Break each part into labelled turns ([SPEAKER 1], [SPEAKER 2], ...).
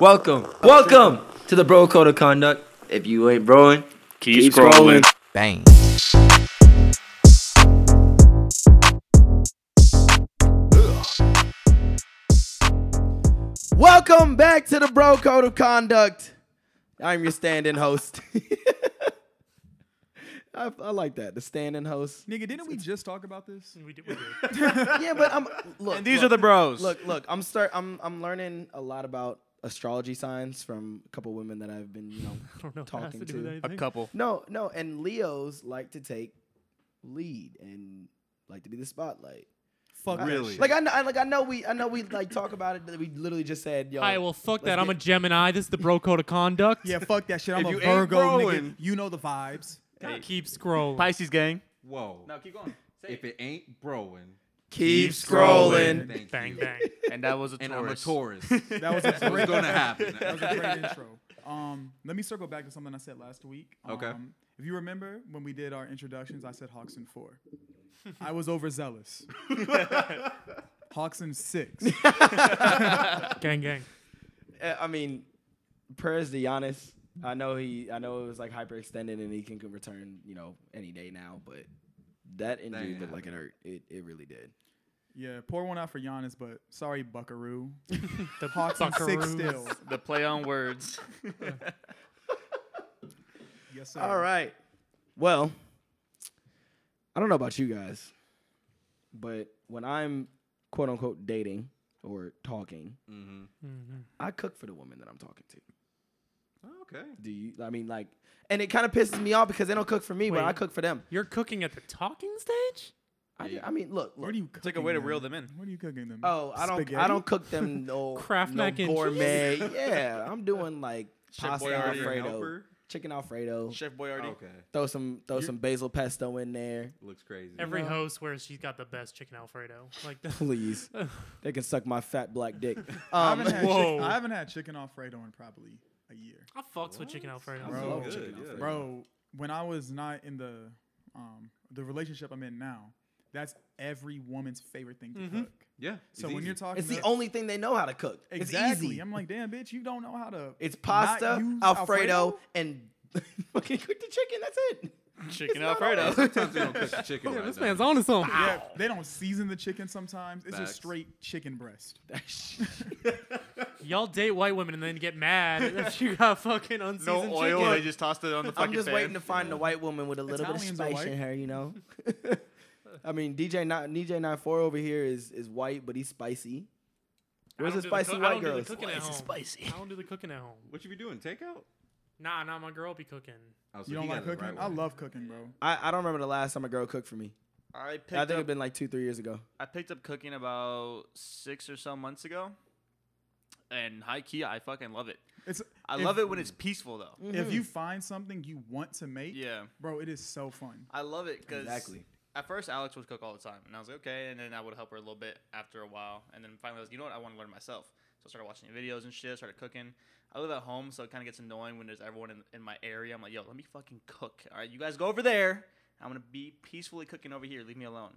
[SPEAKER 1] Welcome, welcome to the Bro Code of Conduct. If you ain't broing,
[SPEAKER 2] Keep, scrolling.
[SPEAKER 3] Bang. Welcome back to the Bro Code of Conduct. I'm your stand-in host. I, I like that, the stand-in host.
[SPEAKER 4] Nigga, didn't we just talk about this? We did.
[SPEAKER 3] Yeah, but I'm look.
[SPEAKER 4] and these
[SPEAKER 3] look,
[SPEAKER 4] are the bros.
[SPEAKER 3] look. Look, I'm start. I'm I'm learning a lot about astrology signs from a couple women that I've been you know talking to.
[SPEAKER 4] a couple.
[SPEAKER 3] No, no, and Leos like to take lead and like to be the spotlight.
[SPEAKER 4] Fuck
[SPEAKER 3] I-
[SPEAKER 4] really?
[SPEAKER 3] Like I know, I- like I know we, I know we like talk about it. That we literally just said, yo.
[SPEAKER 5] All right, well, fuck
[SPEAKER 3] let's
[SPEAKER 5] that. I'm a
[SPEAKER 3] get-
[SPEAKER 5] Gemini. This is the bro code of conduct.
[SPEAKER 6] Yeah, fuck that shit. I'm
[SPEAKER 2] If you
[SPEAKER 6] a
[SPEAKER 2] ain't
[SPEAKER 6] Virgo,
[SPEAKER 2] growing-
[SPEAKER 6] nigga. You know the vibes.
[SPEAKER 5] Keep scrolling.
[SPEAKER 4] Pisces gang.
[SPEAKER 7] Whoa.
[SPEAKER 4] keep going.
[SPEAKER 7] if it ain't broin,
[SPEAKER 3] keep
[SPEAKER 7] scrolling. Thank
[SPEAKER 5] Bang,
[SPEAKER 7] you.
[SPEAKER 5] bang.
[SPEAKER 4] And that was a
[SPEAKER 7] and I'm a
[SPEAKER 4] Taurus.
[SPEAKER 7] Taurus.
[SPEAKER 6] That was a
[SPEAKER 7] That's what's
[SPEAKER 6] great,
[SPEAKER 7] gonna
[SPEAKER 6] that
[SPEAKER 7] happen.
[SPEAKER 6] was a great intro. Um, let me circle back to something I said last week. Um,
[SPEAKER 7] Okay.
[SPEAKER 6] If you remember when we did our introductions, I said Hawkson four. I was overzealous. Hawkson six.
[SPEAKER 5] gang, gang.
[SPEAKER 3] Uh, I mean, prayers to Giannis. I know he, I know it was like hyperextended and he can can return, you know, any day now. But that injury
[SPEAKER 7] ain't
[SPEAKER 3] looked like it hurt. It, it really did.
[SPEAKER 6] Yeah, pour one out for Giannis, but sorry, Buckaroo.
[SPEAKER 5] The
[SPEAKER 6] Hawkson six
[SPEAKER 5] buckaroos.
[SPEAKER 6] still.
[SPEAKER 4] The play on words.
[SPEAKER 6] Yes, sir.
[SPEAKER 3] All right. Well, I don't know about you guys, but when I'm quote unquote dating or talking,
[SPEAKER 7] Mhm.
[SPEAKER 3] I cook for the woman that I'm talking to.
[SPEAKER 7] Okay.
[SPEAKER 3] Do you? I mean, like, and it kind of pisses me off because they don't cook for me, but I
[SPEAKER 5] Wait.
[SPEAKER 3] cook for them.
[SPEAKER 5] You're cooking at the talking stage?
[SPEAKER 3] I, I mean, look,
[SPEAKER 6] What
[SPEAKER 3] look.
[SPEAKER 6] are you cooking?
[SPEAKER 4] like a way to
[SPEAKER 6] them?
[SPEAKER 4] reel them in.
[SPEAKER 6] What are you cooking them?
[SPEAKER 3] Oh, I don't, I
[SPEAKER 6] Spaghetti?
[SPEAKER 3] don't cook them no
[SPEAKER 5] Kraft
[SPEAKER 3] no
[SPEAKER 5] mac and cheese?
[SPEAKER 3] gourmet. yeah, I'm doing like
[SPEAKER 7] Chef
[SPEAKER 3] pasta
[SPEAKER 7] Boyardee and
[SPEAKER 3] alfredo,
[SPEAKER 7] Helper?
[SPEAKER 3] chicken alfredo.
[SPEAKER 4] Chef Boyardee.
[SPEAKER 7] Okay.
[SPEAKER 3] Throw some, throw some basil pesto in there,
[SPEAKER 7] Looks crazy.
[SPEAKER 5] Every host where she's got the best chicken Alfredo. Like the
[SPEAKER 3] please. they can suck my fat black dick.
[SPEAKER 6] I
[SPEAKER 3] Um,
[SPEAKER 6] haven't, had
[SPEAKER 5] Whoa.
[SPEAKER 6] chick- I haven't had chicken Alfredo in probably a year.
[SPEAKER 5] I fucks with chicken Alfredo.
[SPEAKER 7] Bro.
[SPEAKER 3] love
[SPEAKER 7] good,
[SPEAKER 3] chicken
[SPEAKER 7] yeah.
[SPEAKER 3] alfredo.
[SPEAKER 6] bro when i was not in the um the relationship i'm in now that's every woman's favorite thing to
[SPEAKER 7] Mm-hmm.
[SPEAKER 6] cook
[SPEAKER 7] yeah.
[SPEAKER 6] so when you're talking
[SPEAKER 3] It's the
[SPEAKER 6] to-
[SPEAKER 3] only thing they know how to cook. It's
[SPEAKER 6] exactly
[SPEAKER 3] easy.
[SPEAKER 6] i'm like damn bitch you don't know how to
[SPEAKER 3] it's
[SPEAKER 6] not
[SPEAKER 3] pasta,
[SPEAKER 6] use
[SPEAKER 3] Alfredo, and fucking cook the chicken. That's it.
[SPEAKER 4] Chicken
[SPEAKER 3] It's not
[SPEAKER 4] Alfredo.
[SPEAKER 7] talking, sometimes you don't cook the chicken. right
[SPEAKER 5] This
[SPEAKER 7] now.
[SPEAKER 5] man's on to something.
[SPEAKER 6] yeah, they don't season the chicken sometimes it's
[SPEAKER 7] Facts.
[SPEAKER 6] just straight chicken breast
[SPEAKER 5] Y'all date white women and then get mad that you got fucking
[SPEAKER 4] No
[SPEAKER 5] unseasoned
[SPEAKER 4] oil. They
[SPEAKER 5] chicken.
[SPEAKER 4] just tossed it on the fucking
[SPEAKER 3] I'm just
[SPEAKER 4] pan.
[SPEAKER 3] waiting to find the white woman with a little
[SPEAKER 6] Italians
[SPEAKER 3] bit
[SPEAKER 6] are
[SPEAKER 3] of spice in
[SPEAKER 6] white.
[SPEAKER 3] her, you know. I mean, DJ not DJ 94 over here is is white, but he's spicy. Where's
[SPEAKER 5] I
[SPEAKER 3] the
[SPEAKER 5] don't do
[SPEAKER 3] spicy
[SPEAKER 5] cook- I
[SPEAKER 3] white
[SPEAKER 5] don't do the
[SPEAKER 3] girl?
[SPEAKER 5] cooking at home.
[SPEAKER 3] spicy.
[SPEAKER 5] I don't do the cooking at home.
[SPEAKER 7] What you be doing? Takeout?
[SPEAKER 5] Nah, nah, my girl be cooking.
[SPEAKER 7] Oh, so
[SPEAKER 6] you don't
[SPEAKER 7] he got
[SPEAKER 6] like
[SPEAKER 7] it the
[SPEAKER 6] cooking
[SPEAKER 7] right
[SPEAKER 6] i
[SPEAKER 7] way.
[SPEAKER 6] love cooking bro
[SPEAKER 3] I, I don't remember the last time a girl cooked for me.
[SPEAKER 4] I
[SPEAKER 3] I think
[SPEAKER 4] picked
[SPEAKER 3] it's
[SPEAKER 4] up.
[SPEAKER 3] been like two, three years ago.
[SPEAKER 4] I picked up cooking about six or so months ago. And high key, I fucking love it.
[SPEAKER 6] it's
[SPEAKER 4] I
[SPEAKER 6] if-
[SPEAKER 4] love it when it's peaceful
[SPEAKER 3] Mm.
[SPEAKER 4] though.
[SPEAKER 6] if
[SPEAKER 3] Mm-hmm.
[SPEAKER 6] you find something you want to make
[SPEAKER 4] Yeah.
[SPEAKER 6] bro it is so fun
[SPEAKER 4] I love it because
[SPEAKER 3] Exactly.
[SPEAKER 4] at first Alex would cook all the time, and I was like, okay, and then I would help her a little bit after a while, and then finally I was, like, you know what, I want to learn myself. So I started watching videos and shit, started cooking. I live at home, so it kind of gets annoying when there's everyone in, in my area. I'm like, yo, let me fucking cook. All right, you guys go over there. I'm gonna be peacefully cooking over here. Leave me alone.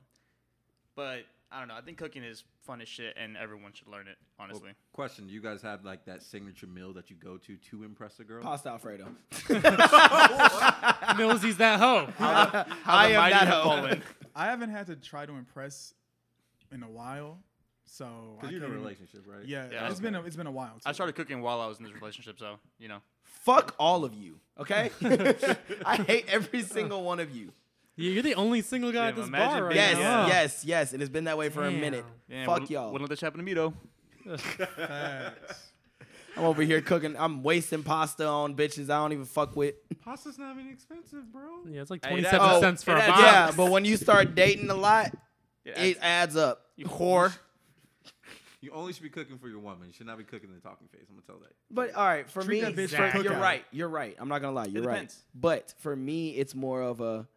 [SPEAKER 4] But I don't know. I think cooking is fun as shit, and everyone should learn it.
[SPEAKER 7] Well,
[SPEAKER 4] Honestly,
[SPEAKER 7] question: Do you guys have like that signature meal that you go to to impress a girl?
[SPEAKER 3] Pasta Alfredo.
[SPEAKER 5] Millsy's that hoe.
[SPEAKER 4] I am that fallen.
[SPEAKER 6] i haven't had to try to impress in a while so I
[SPEAKER 7] Because you're in a
[SPEAKER 6] can't even-
[SPEAKER 7] relationship, right?
[SPEAKER 6] yeah,
[SPEAKER 4] Yeah,
[SPEAKER 6] it's been a, it's been a while
[SPEAKER 4] I
[SPEAKER 6] too.
[SPEAKER 4] started cooking while I was in this relationship, so you know.
[SPEAKER 3] Fuck all of you, okay? I hate every single one of you.
[SPEAKER 5] Yeah, You're the only single guy at
[SPEAKER 4] Damn,
[SPEAKER 5] this
[SPEAKER 4] imagine
[SPEAKER 5] bar right
[SPEAKER 3] Yes,
[SPEAKER 5] now. huh?
[SPEAKER 3] yes, yes. It has been that way for a
[SPEAKER 5] Damn.
[SPEAKER 3] minute.
[SPEAKER 4] Yeah,
[SPEAKER 3] Fuck
[SPEAKER 4] wouldn't-
[SPEAKER 3] y'all.
[SPEAKER 4] Wouldn't let this happen to me though.
[SPEAKER 6] Facts.
[SPEAKER 3] I'm over here cooking. I'm wasting pasta on bitches I don't even fuck with.
[SPEAKER 7] Pasta's not even expensive, bro.
[SPEAKER 5] Yeah, it's like
[SPEAKER 4] Hey, that-
[SPEAKER 5] 27
[SPEAKER 3] oh,
[SPEAKER 5] cents for a
[SPEAKER 4] that-
[SPEAKER 5] box.
[SPEAKER 3] Yeah, but when you start dating a lot, it adds up.
[SPEAKER 4] whore.
[SPEAKER 7] You only should be cooking for your woman. You should not be cooking in the talking face. I'm gonna tell that.
[SPEAKER 3] But all right, for
[SPEAKER 6] Treat
[SPEAKER 3] me,
[SPEAKER 6] that bitch
[SPEAKER 5] for a
[SPEAKER 3] you're
[SPEAKER 6] cookout.
[SPEAKER 3] right. You're right. I'm not gonna lie. You're right.
[SPEAKER 4] depends.
[SPEAKER 3] But for me, it's more of a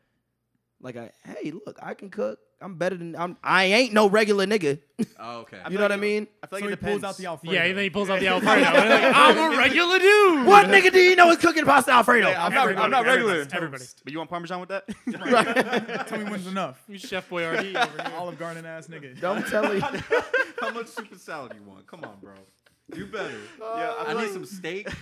[SPEAKER 3] like a hey, look, I can cook. I'm better than I'm. I ain't no regular nigga.
[SPEAKER 7] Oh, okay.
[SPEAKER 3] You know what I mean?
[SPEAKER 4] I feel like
[SPEAKER 6] so
[SPEAKER 4] it
[SPEAKER 6] he
[SPEAKER 4] depends.
[SPEAKER 6] pulls out the Alfredo.
[SPEAKER 5] Yeah, and then he pulls out the Alfredo. and they're like, I'm a regular dude.
[SPEAKER 3] What nigga do you know is cooking pasta Alfredo?
[SPEAKER 4] I'm not, I'm not regular.
[SPEAKER 5] Everybody. everybody.
[SPEAKER 4] But you want Parmesan with that?
[SPEAKER 6] Tell me when's enough.
[SPEAKER 5] You Chef Boyardee over here.
[SPEAKER 6] Olive Garden ass nigga.
[SPEAKER 3] Don't tell me.
[SPEAKER 7] How much super salad you want? Come on, bro. You better.
[SPEAKER 4] yeah,
[SPEAKER 7] I
[SPEAKER 4] feel
[SPEAKER 7] need
[SPEAKER 4] Uh, like-
[SPEAKER 7] some steak.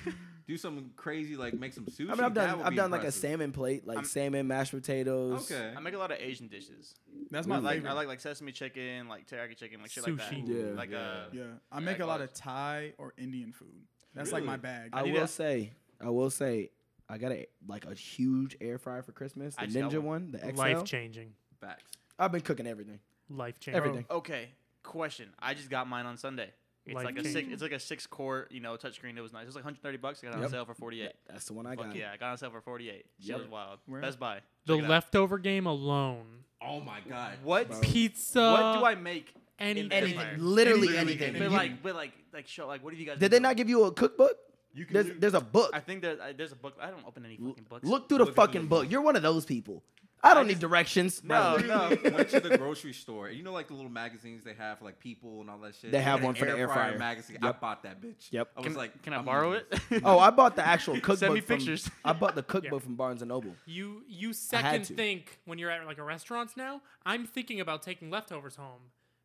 [SPEAKER 7] Do something crazy like make some sushi.
[SPEAKER 3] I mean, I've
[SPEAKER 7] That
[SPEAKER 3] done
[SPEAKER 7] would
[SPEAKER 3] I've
[SPEAKER 7] be
[SPEAKER 3] done like a
[SPEAKER 7] impressive.
[SPEAKER 3] salmon plate, like
[SPEAKER 4] I'm-
[SPEAKER 3] salmon mashed potatoes.
[SPEAKER 7] Okay.
[SPEAKER 4] I make a lot of Asian dishes.
[SPEAKER 6] That's
[SPEAKER 7] Ooh.
[SPEAKER 6] my
[SPEAKER 4] I like
[SPEAKER 6] favorite.
[SPEAKER 4] I like like sesame chicken, like teriyaki chicken, like shit like that.
[SPEAKER 5] Sushi.
[SPEAKER 3] Yeah.
[SPEAKER 4] Like
[SPEAKER 7] Yeah.
[SPEAKER 4] uh,
[SPEAKER 6] yeah, I
[SPEAKER 4] Yeah,
[SPEAKER 6] make
[SPEAKER 4] I
[SPEAKER 6] a lot
[SPEAKER 4] like-
[SPEAKER 6] of Thai or Indian food. That's like my
[SPEAKER 7] Really?
[SPEAKER 6] bag.
[SPEAKER 3] I
[SPEAKER 4] need
[SPEAKER 3] will
[SPEAKER 4] to-
[SPEAKER 3] say, I will say, I got a like a huge air fryer for Christmas, the
[SPEAKER 4] I just got
[SPEAKER 3] Ninja one, the XL.
[SPEAKER 5] Life changing.
[SPEAKER 7] Facts.
[SPEAKER 3] I've been cooking everything.
[SPEAKER 5] Life changing.
[SPEAKER 3] Everything.
[SPEAKER 4] Okay, question. I just got mine on Sunday. It's
[SPEAKER 5] Life
[SPEAKER 4] like a six.
[SPEAKER 5] changing.
[SPEAKER 4] It's like a six quart, you know, touchscreen. It was nice. It was like 130 bucks. I got it
[SPEAKER 3] Yep.
[SPEAKER 4] on sale for 48.
[SPEAKER 3] That's the one I
[SPEAKER 4] Fuck
[SPEAKER 3] got.
[SPEAKER 4] yeah, I got it on sale for 48. Shit
[SPEAKER 3] Yep.
[SPEAKER 4] was wild.
[SPEAKER 6] Where?
[SPEAKER 4] Best Buy.
[SPEAKER 5] The
[SPEAKER 4] Check it out.
[SPEAKER 5] leftover game alone.
[SPEAKER 7] Oh my god.
[SPEAKER 4] What?
[SPEAKER 3] Bro.
[SPEAKER 5] Pizza.
[SPEAKER 4] What do I make?
[SPEAKER 5] Anything.
[SPEAKER 4] Air
[SPEAKER 1] Anything.
[SPEAKER 4] fryer?
[SPEAKER 1] Literally
[SPEAKER 7] Literally
[SPEAKER 1] anything.
[SPEAKER 7] anything.
[SPEAKER 4] But like, but like, like show like what have you guys?
[SPEAKER 3] Did they
[SPEAKER 4] been
[SPEAKER 3] not
[SPEAKER 4] doing?
[SPEAKER 3] give you a cookbook?
[SPEAKER 7] You can
[SPEAKER 3] There's
[SPEAKER 7] do-
[SPEAKER 3] there's a book.
[SPEAKER 4] I think there's I, there's a book. I don't open any fucking books.
[SPEAKER 3] Look through the
[SPEAKER 7] Look at
[SPEAKER 3] fucking
[SPEAKER 7] the-
[SPEAKER 3] book. You're one of those people. I don't
[SPEAKER 4] I
[SPEAKER 3] need
[SPEAKER 4] just-
[SPEAKER 3] directions.
[SPEAKER 4] No,
[SPEAKER 3] Right.
[SPEAKER 4] no.
[SPEAKER 7] went to the grocery store. You know, like the little magazines they have, for, like People and all that shit.
[SPEAKER 3] They have
[SPEAKER 7] got an
[SPEAKER 3] one for the air fryer.
[SPEAKER 7] magazine. I
[SPEAKER 3] Yep.
[SPEAKER 7] bought that bitch.
[SPEAKER 3] Yep.
[SPEAKER 7] I was
[SPEAKER 4] Can,
[SPEAKER 7] like,
[SPEAKER 4] can I
[SPEAKER 7] I'm
[SPEAKER 4] borrow
[SPEAKER 7] using
[SPEAKER 4] it?
[SPEAKER 7] this.
[SPEAKER 3] Oh, I bought the actual cookbook.
[SPEAKER 4] Send me
[SPEAKER 3] from-
[SPEAKER 4] pictures.
[SPEAKER 3] I bought the cookbook
[SPEAKER 5] Yeah.
[SPEAKER 3] from Barnes and Noble.
[SPEAKER 5] You you
[SPEAKER 3] had
[SPEAKER 5] second
[SPEAKER 3] to.
[SPEAKER 5] think when you're at like a restaurants now. I'm thinking about taking leftovers home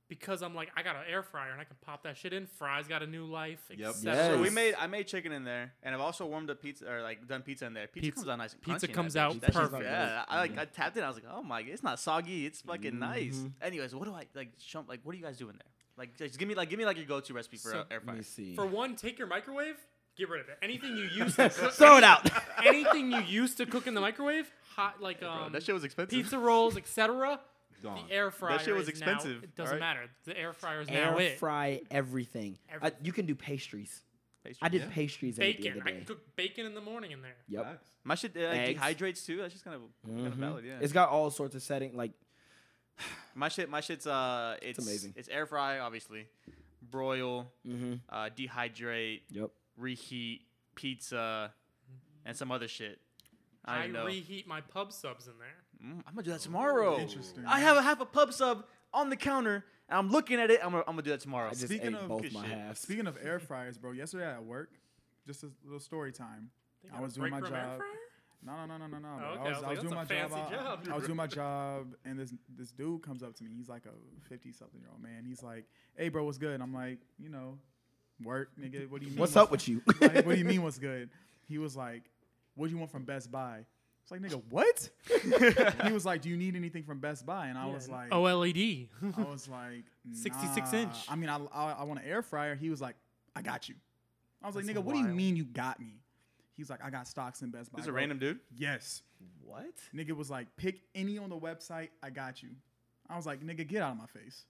[SPEAKER 5] because I'm like I got an air fryer and I can pop that shit in. Fries got a new life.
[SPEAKER 7] Yep.
[SPEAKER 5] etc.
[SPEAKER 3] Yes.
[SPEAKER 4] So we
[SPEAKER 3] Nice.
[SPEAKER 4] made I made chicken in there, and I've also warmed up pizza or like done pizza in there. Pizza,
[SPEAKER 5] Pizza-
[SPEAKER 4] comes out nice. And
[SPEAKER 5] pizza
[SPEAKER 4] crunchy in
[SPEAKER 5] comes
[SPEAKER 4] that bitch.
[SPEAKER 5] out
[SPEAKER 4] That shit's-
[SPEAKER 5] perfect.
[SPEAKER 4] Yeah, I like I tapped it. I was like, oh my, it's not soggy. It's fucking nice. Anyways, what do I like? Show, like, what are you guys doing there? Like, just give me like give me like your go-to recipe for
[SPEAKER 5] So-
[SPEAKER 4] a air
[SPEAKER 3] Let
[SPEAKER 4] fryer.
[SPEAKER 3] me see.
[SPEAKER 5] For one, take your microwave, get rid of it. Anything you used to cook,
[SPEAKER 3] Throw it out.
[SPEAKER 5] anything you used to cook in the microwave, hot like
[SPEAKER 4] Bro,
[SPEAKER 5] um,
[SPEAKER 4] that shit was expensive.
[SPEAKER 5] pizza rolls, etc.
[SPEAKER 7] Gone.
[SPEAKER 5] The air fryer
[SPEAKER 4] shit was
[SPEAKER 5] is now-
[SPEAKER 4] expensive,
[SPEAKER 5] it doesn't
[SPEAKER 4] alright?
[SPEAKER 5] matter. The air fryer is now
[SPEAKER 3] Air
[SPEAKER 5] it.
[SPEAKER 3] fry everything. I,
[SPEAKER 5] Everything.
[SPEAKER 3] you can do pastries.
[SPEAKER 4] Pastry.
[SPEAKER 3] I did
[SPEAKER 7] Yeah.
[SPEAKER 3] pastries in it the
[SPEAKER 5] bacon.
[SPEAKER 3] other
[SPEAKER 5] I can
[SPEAKER 3] day.
[SPEAKER 5] cook bacon in the morning in there.
[SPEAKER 3] Yep.
[SPEAKER 7] Facts.
[SPEAKER 4] My shit uh,
[SPEAKER 3] Eggs.
[SPEAKER 4] dehydrates too. That's just kind of kind of
[SPEAKER 3] Mhm.
[SPEAKER 4] valid. Yeah.
[SPEAKER 3] It's got all sorts of setting. Like
[SPEAKER 4] my shit. My shit's uh, it's,
[SPEAKER 3] amazing.
[SPEAKER 4] It's air fry, obviously, broil,
[SPEAKER 3] mhm.
[SPEAKER 4] uh, dehydrate,
[SPEAKER 3] Yep.
[SPEAKER 4] reheat, pizza, and some other shit. I,
[SPEAKER 5] I,
[SPEAKER 4] don't know.
[SPEAKER 5] reheat my pub subs in there.
[SPEAKER 4] Mm, I'm gonna do that tomorrow.
[SPEAKER 6] Interesting.
[SPEAKER 4] I have a half a pub sub on the counter, and I'm looking at it. I'm gonna, I'm gonna do that tomorrow.
[SPEAKER 3] I just
[SPEAKER 6] Speaking
[SPEAKER 3] ate
[SPEAKER 6] of-
[SPEAKER 3] both
[SPEAKER 4] good
[SPEAKER 3] my
[SPEAKER 4] shit.
[SPEAKER 3] halves.
[SPEAKER 6] Speaking of air fryers, bro, yesterday at work, just a little story time.
[SPEAKER 5] They
[SPEAKER 6] I
[SPEAKER 5] got a
[SPEAKER 6] was doing my
[SPEAKER 5] break room air
[SPEAKER 6] job.
[SPEAKER 5] fryer?
[SPEAKER 6] No, no, no, no, no, no.
[SPEAKER 5] Oh,
[SPEAKER 6] bro.
[SPEAKER 5] okay.
[SPEAKER 6] I was,
[SPEAKER 5] I was
[SPEAKER 6] doing my
[SPEAKER 5] like,
[SPEAKER 6] job.
[SPEAKER 5] that's a fancy
[SPEAKER 6] I-
[SPEAKER 5] job.
[SPEAKER 6] I was doing my job, and this this dude comes up to me. He's like a fifty something year old man. He's like, "Hey, bro, what's good?" And I'm like, "You know, work, nigga. What do you mean?
[SPEAKER 3] What's up with you?
[SPEAKER 6] like, what do you mean? What's good?" He was like, "What do you want from Best Buy?" It's like, "Nigga, what?" he was like, "Do you need anything from Best Buy?" And I was like,
[SPEAKER 3] Oh,
[SPEAKER 5] Oh, OLED.
[SPEAKER 6] I was like,
[SPEAKER 5] 66
[SPEAKER 6] nah.
[SPEAKER 5] inch.
[SPEAKER 6] I mean, I, I, I want an air fryer. He was like, I got you. I was like,
[SPEAKER 5] That's
[SPEAKER 6] nigga, what do you
[SPEAKER 5] wild.
[SPEAKER 6] mean you got me? He's like, I got stocks in Best Buy.
[SPEAKER 4] This is
[SPEAKER 6] I
[SPEAKER 4] a
[SPEAKER 6] go,
[SPEAKER 4] random dude.
[SPEAKER 6] Yes.
[SPEAKER 3] What?
[SPEAKER 6] Nigga was like, pick any on the website. I got you. I was like, nigga, get out of my face.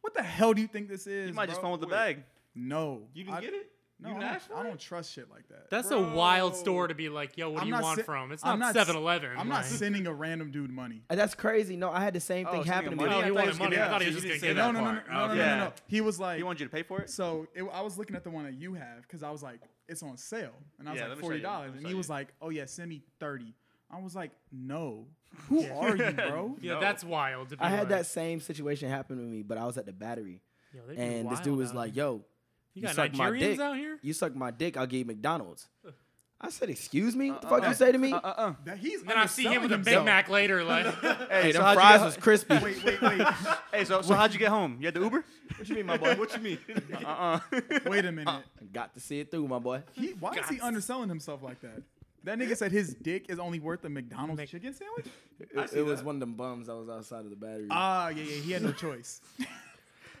[SPEAKER 6] what the hell do you think this is?
[SPEAKER 4] You might just
[SPEAKER 6] bro?
[SPEAKER 4] phone with the
[SPEAKER 7] Wait.
[SPEAKER 4] bag.
[SPEAKER 6] No.
[SPEAKER 7] You didn't
[SPEAKER 6] I-
[SPEAKER 7] get it?
[SPEAKER 6] No,
[SPEAKER 7] you
[SPEAKER 6] I,
[SPEAKER 7] didn't
[SPEAKER 6] don't,
[SPEAKER 7] ask
[SPEAKER 6] I
[SPEAKER 7] for it?
[SPEAKER 6] don't trust shit like that.
[SPEAKER 5] That's a wild
[SPEAKER 7] Bro.
[SPEAKER 5] store to be like, yo, what
[SPEAKER 6] I'm
[SPEAKER 5] do you
[SPEAKER 6] not
[SPEAKER 5] want
[SPEAKER 6] si-
[SPEAKER 5] from? It's
[SPEAKER 6] I'm
[SPEAKER 5] not
[SPEAKER 6] not s-
[SPEAKER 5] 7 Eleven.
[SPEAKER 6] I'm not sending a random dude money.
[SPEAKER 3] Uh, That's crazy. No, I had the same
[SPEAKER 4] Oh,
[SPEAKER 3] thing
[SPEAKER 4] sending
[SPEAKER 3] happen to
[SPEAKER 4] him
[SPEAKER 3] me.
[SPEAKER 5] money. Oh, he
[SPEAKER 4] I thought
[SPEAKER 5] wanted
[SPEAKER 4] was gonna-
[SPEAKER 5] money. I
[SPEAKER 4] yeah,
[SPEAKER 5] thought he
[SPEAKER 4] so
[SPEAKER 5] was
[SPEAKER 4] you didn't
[SPEAKER 5] just
[SPEAKER 4] say
[SPEAKER 5] gonna
[SPEAKER 6] No,
[SPEAKER 4] that
[SPEAKER 6] no, no, no, no,
[SPEAKER 7] part.
[SPEAKER 6] no, no,
[SPEAKER 4] Okay.
[SPEAKER 6] no, no. He was like,
[SPEAKER 4] He wanted you to pay for it.
[SPEAKER 6] So it, I was looking at the one that you have because I was like, it's on sale, and I was
[SPEAKER 4] Yeah, let me
[SPEAKER 6] like
[SPEAKER 4] show you.
[SPEAKER 6] forty dollars,
[SPEAKER 4] Let me
[SPEAKER 6] and
[SPEAKER 4] show
[SPEAKER 6] he was
[SPEAKER 4] you.
[SPEAKER 6] like, oh yeah, send me thirty. I was like, no, who are you, bro?
[SPEAKER 5] Yeah,
[SPEAKER 4] No.
[SPEAKER 5] that's wild. To be
[SPEAKER 3] I
[SPEAKER 5] like,
[SPEAKER 3] had that same situation happen to me, but I was at the battery,
[SPEAKER 5] Yo, they'd be
[SPEAKER 3] and this
[SPEAKER 5] wild
[SPEAKER 3] dude was
[SPEAKER 5] out
[SPEAKER 3] like,
[SPEAKER 5] here.
[SPEAKER 3] "Yo,
[SPEAKER 5] you
[SPEAKER 3] you
[SPEAKER 5] got
[SPEAKER 3] suck my
[SPEAKER 5] Nigerians
[SPEAKER 3] dick.
[SPEAKER 5] out here?
[SPEAKER 3] you suck my dick. I'll give you McDonald's." I said, "Excuse me? What the
[SPEAKER 4] Uh,
[SPEAKER 3] fuck
[SPEAKER 4] uh,
[SPEAKER 3] you say to me?"
[SPEAKER 4] Uh uh. uh.
[SPEAKER 6] That he's
[SPEAKER 5] Then I see him with a Big
[SPEAKER 6] underselling
[SPEAKER 5] Mac later. Like,
[SPEAKER 4] Hey,
[SPEAKER 3] hey,
[SPEAKER 4] so
[SPEAKER 3] them
[SPEAKER 4] how'd you
[SPEAKER 3] fries
[SPEAKER 4] get-
[SPEAKER 3] was crispy.
[SPEAKER 6] himself. Wait, wait, wait,
[SPEAKER 4] Hey, so, so how'd you get home? You had the Uber?
[SPEAKER 7] What you mean, my boy? What you mean?
[SPEAKER 4] Uh uh
[SPEAKER 6] wait a minute.
[SPEAKER 3] Got to see it through, my boy.
[SPEAKER 6] He, why is he underselling himself like that? That nigga said his dick is only worth a McDonald's
[SPEAKER 5] Mc-
[SPEAKER 6] chicken sandwich.
[SPEAKER 3] It,
[SPEAKER 7] see
[SPEAKER 3] it was
[SPEAKER 7] that.
[SPEAKER 3] one of them bums that was outside of the battery.
[SPEAKER 6] Ah, yeah, yeah, he had no choice.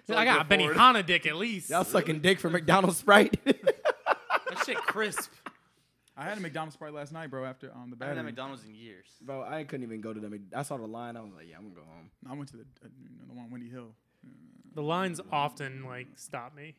[SPEAKER 5] I got a Benny Hanna dick at least.
[SPEAKER 3] Y'all
[SPEAKER 5] That
[SPEAKER 3] sucking dick for McDonald's Sprite.
[SPEAKER 5] shit crisp.
[SPEAKER 6] I had a McDonald's sprite last night, bro. After um, the
[SPEAKER 4] I haven't had
[SPEAKER 6] battery,
[SPEAKER 4] McDonald's in years.
[SPEAKER 3] Bro, I couldn't even go to them. I saw the line. I was like, yeah, I'm gonna go home.
[SPEAKER 6] I went to the uh, you know, the one on Wendy Hill.
[SPEAKER 5] The lines often like stop me.